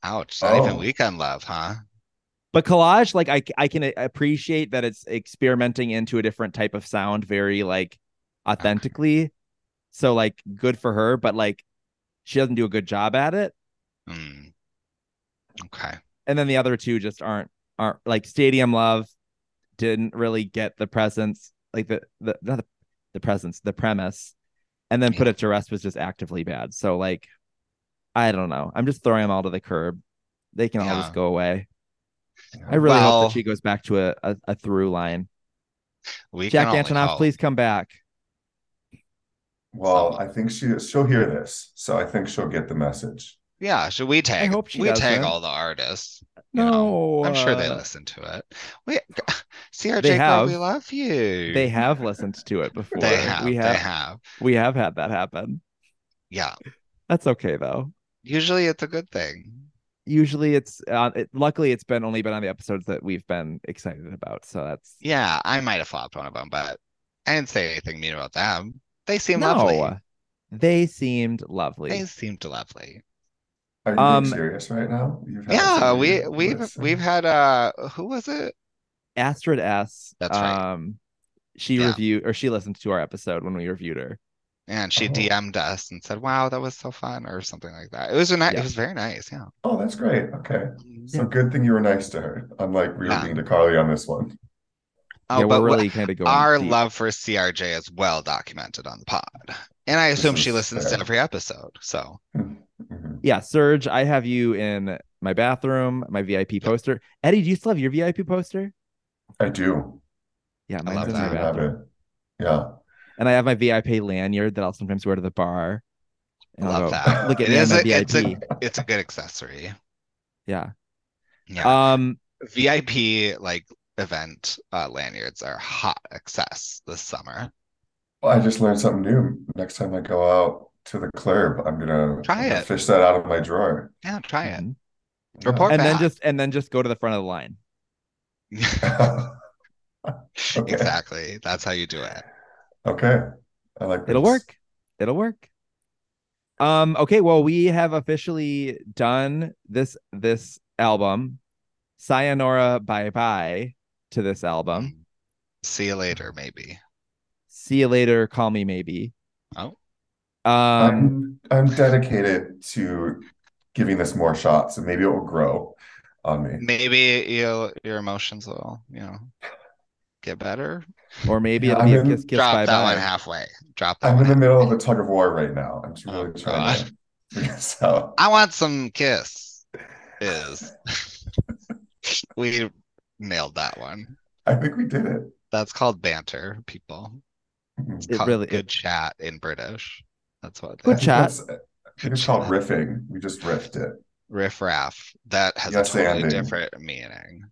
ouch. Not even
Oh.
weekend love, huh?
But collage, like I, I can appreciate that it's experimenting into a different type of sound, very like authentically. So like good for her, but like she doesn't do a good job at it.
Mm. Okay.
and then the other two just aren't aren't like stadium love didn't really get the presence like the the not the, the presence the premise and then put
Yeah.
it to rest was just actively bad so like i don't know i'm just throwing them all to the curb they can all
Yeah.
just go away i
Yeah.
really hope
Well-
that she goes back to a, a, a through line
We
jack
can only
antonoff
hope.
please come back
well, I think she she'll hear this, so I think she'll get the message.
Yeah, should we tag?
hope she
we tag
doesn't.
all the artists. You know,
no
I'm sure they
uh,
listen to it. We, *laughs* CRJ
They
girl, we
have.
love you.
they have listened to it before
They have.
we
They
have
have.
we have had that happen
Yeah.
that's okay though
Usually it's a good thing.
usually it's uh, it, luckily it's been only been on the episodes that we've been excited about so that's
Yeah, I might have flopped one of them, but I didn't say anything mean about them. They seem
no uh,
lovely.
they seemed lovely
They seemed lovely.
Are you being
Um,
serious right now? You've had
Yeah, we
somebody
we've
listen.
we've had uh who was it?
astrid s
That's right.
um she
Yeah.
reviewed or she listened to our episode when we reviewed her.
And she
Oh.
DM'd us and said, "Wow, that was so fun," or something like that. It was a ni-
Yeah.
it was very nice. Yeah.
Oh, that's great. Okay. So good thing you were nice to her. Unlike we were
Yeah.
being to Carly on this one.
Oh,
yeah,
but
we're
wh-
really kind of going
our
deep.
love for CRJ is well documented on the pod, and I
This
assume she
is
listens
fair.
to every episode. So
Mhm.
Yeah, Serge, I have you in my bathroom, my VIP poster. Eddie, do you still have your VIP poster?
I do.
Yeah,
I
mine's
love
in
do
my
that.
have
bathroom.
it. Yeah.
And I have my VIP lanyard that I'll sometimes wear to the bar.
I
And I'll
love
go,
that.
Look at
It
me, I'm
is
a
a- it's a-
VIP.
It's a good accessory.
Yeah.
Yeah.
Um,
VIP like event uh, lanyards are hot access this summer.
Well, I just learned something new. Next time I go out to the club, I'm gonna,
Try
I'm gonna
it.
fish that out of my drawer.
Yeah, try it.
mhm.
Yeah. *laughs*
Report
and then
back.
just and then just go to the front of the line.
*laughs*
Okay.
Exactly. That's how you do it.
Okay. I like
It'll
this.
work. It'll work. Um, okay, well, we have officially done this this album. Sayonara bye bye to this album.
See you later, maybe.
See you later, call me maybe.
Oh.
Um
I'm I'm dedicated to giving this more shots and maybe it will grow on me.
Maybe you'll your emotions will, you know, get better.
or maybe
Yeah,
it'll
I'm
be a
gonna
kiss kiss
Drop
bye
that one
bye.
halfway. Drop that
I'm
one
in the
halfway.
middle of a tug of war right now. I'm just
Oh,
really trying to figure this out.
I want some kiss. Is *laughs* we nailed that one.
I think we did it.
That's called banter, people.
Mhm.
It's
It
called
really-
good chat in British. That's what
I
it
Good
is.
think
chat.
that's- I think it's called riffing. We just riffed it.
Riff raff. That has
Yes,
a totally
Andy.
different meaning.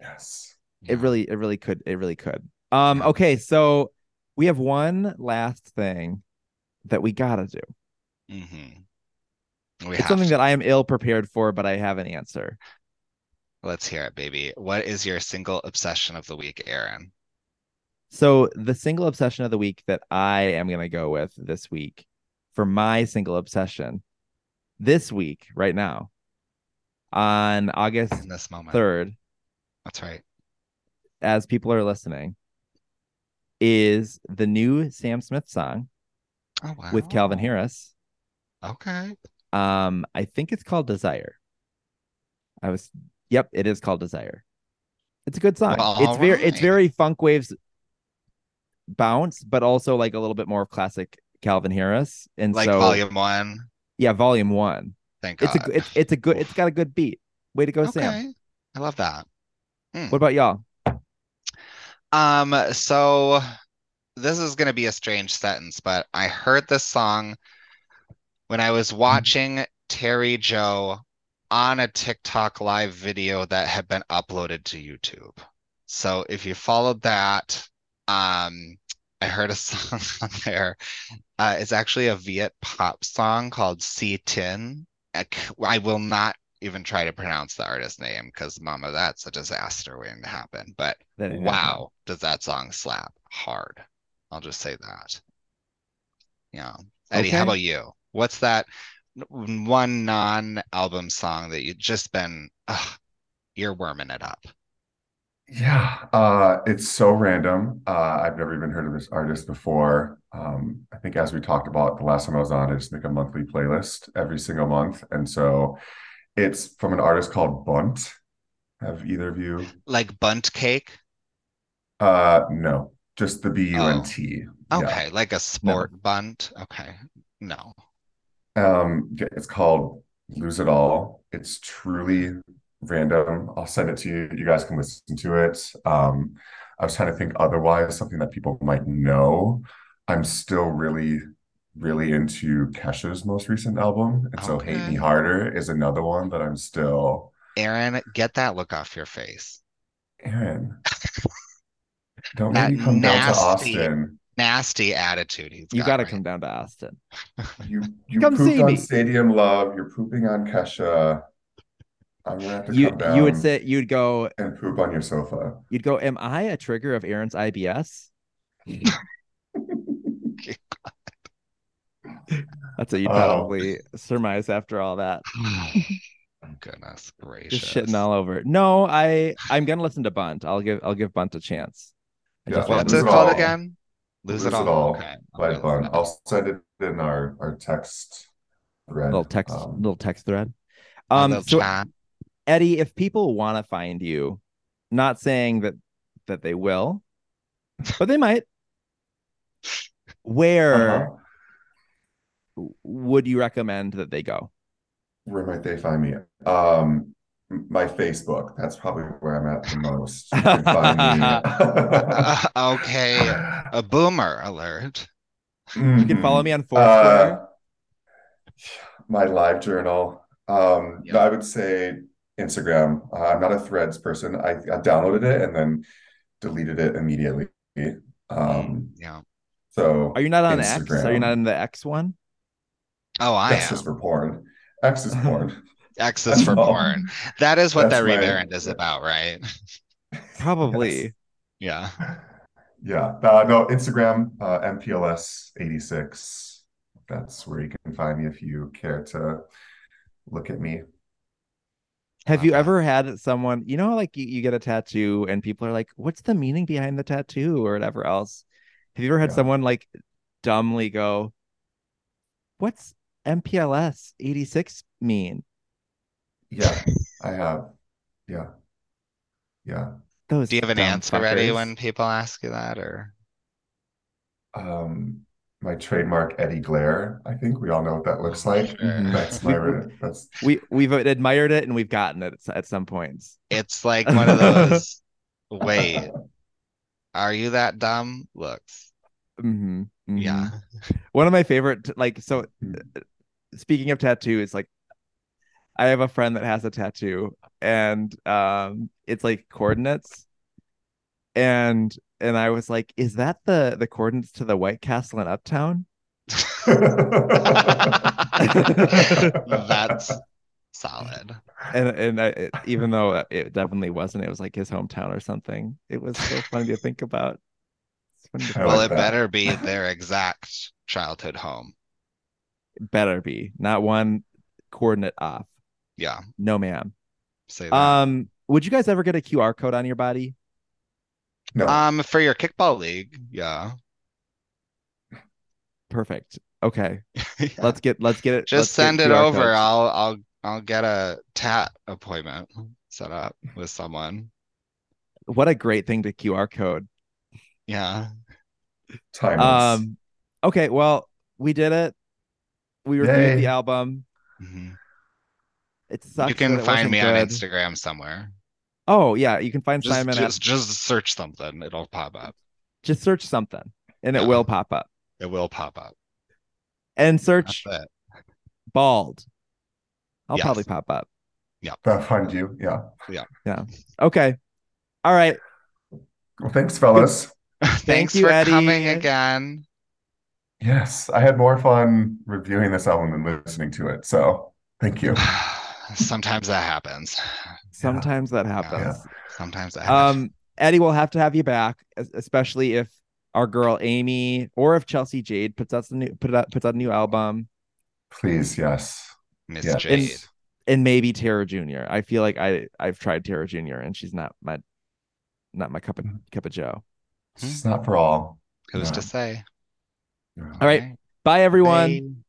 Yes.
It really, it really could. It really could. Um, okay, so we have one last thing that we gotta do.
Mm-hmm. We
It's
have
something
to.
that I am ill prepared for, but I have an answer.
Let's hear it, baby. What is your single obsession of the week, Aaron?
So the single obsession of the week that I am gonna go with this week for my single obsession this week, right now, on August
In this moment.
third,
That's right.
as people are listening, is the new Sam Smith song
Oh wow.
with Calvin Harris.
Okay.
Um, I think it's called Desire. I was, yep, it is called Desire. It's a good song.
Well,
it's very, it's
alright.
very funk waves bounce, but also like a little bit more of classic Calvin Harris. And
Like
so,
volume one.
yeah, volume one.
Thank
It's a,
God.
g- it's, it's a good,
Oof.
it's got a good beat. Way to go, Sam.
Okay. I love that.
What about y'all?
Um, so this is going to be a strange sentence, but I heard this song when I was watching Terry Joe on a TikTok live video that had been uploaded to YouTube. So if you followed that, um, I heard a *laughs* song on there. Uh, it's actually a Viet pop song called Si Tin. I c- I will not even try to pronounce the artist name because, mama, that's a disaster waiting to happen. But
That-
Wow, does that song slap hard? I'll just say that. Yeah. Eddie, how
Okay.
about you? What's that n- one non-album song that you've just been ugh, earworming it up?
Yeah. Uh, it's so random. Uh, I've never even heard of this artist before. Um, I think as we talked about the last time I was on, I just make a monthly playlist every single month. And so it's from an artist called Bunt. Have either of you?
Like Bunt Cake?
Uh, no, just the B-U-N-T. Yeah.
Okay, like a sport bunt. Okay. No.
Um, yeah, it's called Lose It All. It's truly random. I'll send it to you. You guys can listen to it. Um, I was trying to think otherwise, something that people might know. I'm still really, really into Kesha's most recent album. And so Hate
Okay.
Me Harder is another one that I'm still,
Aaron, get that look off your face.
Aaron, don't
That
make me come down to
nasty-
Austin.
Nasty attitude he's
You
got
got to
right
come down to Austin.
You you
Come
pooped
see
on
me.
Stadium Love, you're pooping on Kesha. I'm gonna have to
You,
come down
you would sit, you'd go,
and poop on your sofa.
you'd go, am I a trigger of Aaron's
*laughs*
IBS? That's what you
Oh.
probably surmise after all that. *laughs*
Oh, Goodness
Just
gracious.
shitting all over. No, I I'm gonna listen to Bunt. I'll give I'll give Bunt a chance. I
Yeah,
just
well,
What's
read
it
Lose It
called
All.
again? Lose,
Lose
it
It
all.
All
Okay.
by
Okay,
Bun.
lose it all.
I'll send it in our our text
a
thread.
little text,
Um,
little text thread.
Our
Um,
little
so
chat.
Eddie, if people want to find you, not saying that that they will, but they might. Where
uh-huh.
would you recommend that they go?
Where might they find me? Um, my Facebook. That's probably where I'm at the most. You can find me.
*laughs*
*laughs* Mm-hmm.
okay. A boomer alert.
You can follow me on Foursquare.
Hmm. Uh, my live journal. Um,
Yeah.
no, I would say Instagram. Uh, I'm not a Threads person. I, I downloaded it and then deleted it immediately. Um,
Yeah.
so
Are you not on X? Are you
Instagram.
not in the X one?
Oh, I
X
am.
is for porn. X is porn.
X is for
*laughs* Oh.
porn. That is what that
That's my-
reverend is about, right? *laughs*
Probably.
Yes.
Yeah.
Yeah. Uh, no, Instagram, uh, MPLS86. That's where you can find me if you care to look at me.
Have you
Okay.
ever had someone, you know, like you, you get a tattoo and people are like, what's the meaning behind the tattoo or whatever else? Have you ever had
Yeah.
someone like dumbly go, what's MPLS 86 mean?
Yeah, I have. Yeah. Yeah.
Those
Do you have an
dumb
answer ready
fuckers.
when people ask you that, or
Um, my trademark Eddie glare. I think we all know what that looks like.
Sure.
*laughs* That's my that's *laughs*
we we've admired it and we've gotten it at, at some points.
It's like one of
*laughs*
those. Wait, are you that dumb? Looks.
hmm
Yeah.
One of my favorite, like, so
Mhm.
uh, speaking of tattoos, like, I have a friend that has a tattoo and um it's like coordinates. And and I was like, is that the the coordinates to the White Castle in Uptown?
Mm-hmm.
*laughs* That's solid.
And and I, it- even though it definitely wasn't, it was like his hometown or something. It was so funny to think about. It's funny to
I
Well,
like
it
that.
better be their exact childhood home.
better be not one coordinate off.
Yeah.
No, ma'am.
Say that.
Um, would you guys ever get a QR code on your body?
no.
Um, for your kickball league, yeah.
Perfect. Okay, let's get let's get
*laughs*
it.
Just
let's
send
get
it
QR
over.
codes.
I'll I'll I'll get a tat appointment set up with someone.
What a great thing to QR code.
Yeah.
Timeless.
Um, okay, well, we did it. We reviewed
Yay.
the album.
Mhm.
It sucks.
You can
that it
find
wasn't
me on
good.
Instagram somewhere.
Oh yeah, you can find
Just
Simon.
just
Just,
just search something. It'll pop up.
just search something, and
Yeah.
it will pop up.
It will pop up.
And
That's
search
it. *laughs*
bald. I'll
Yes.
probably pop up.
That'll find you. Yeah.
Okay. All right.
Well, thanks, fellas.
Thanks
you,
for
Eddie.
coming again. *sighs*
Yes, I had more fun reviewing this album than listening to it. So thank you.
Sometimes that happens.
Sometimes that happens.
Sometimes that happens.
um eddie we'll have to have you back es- especially if our girl amy or if chelsea jade puts out some new put out puts out a new album
Please, yes.
Miss
yeah.
Jade.
And- and maybe tara junior i feel like i i've tried tara junior and she's not my not my cup of cup of joe
It's not for all.
Who's
Yeah.
to say?
Yeah.
all right bye everyone
Bye.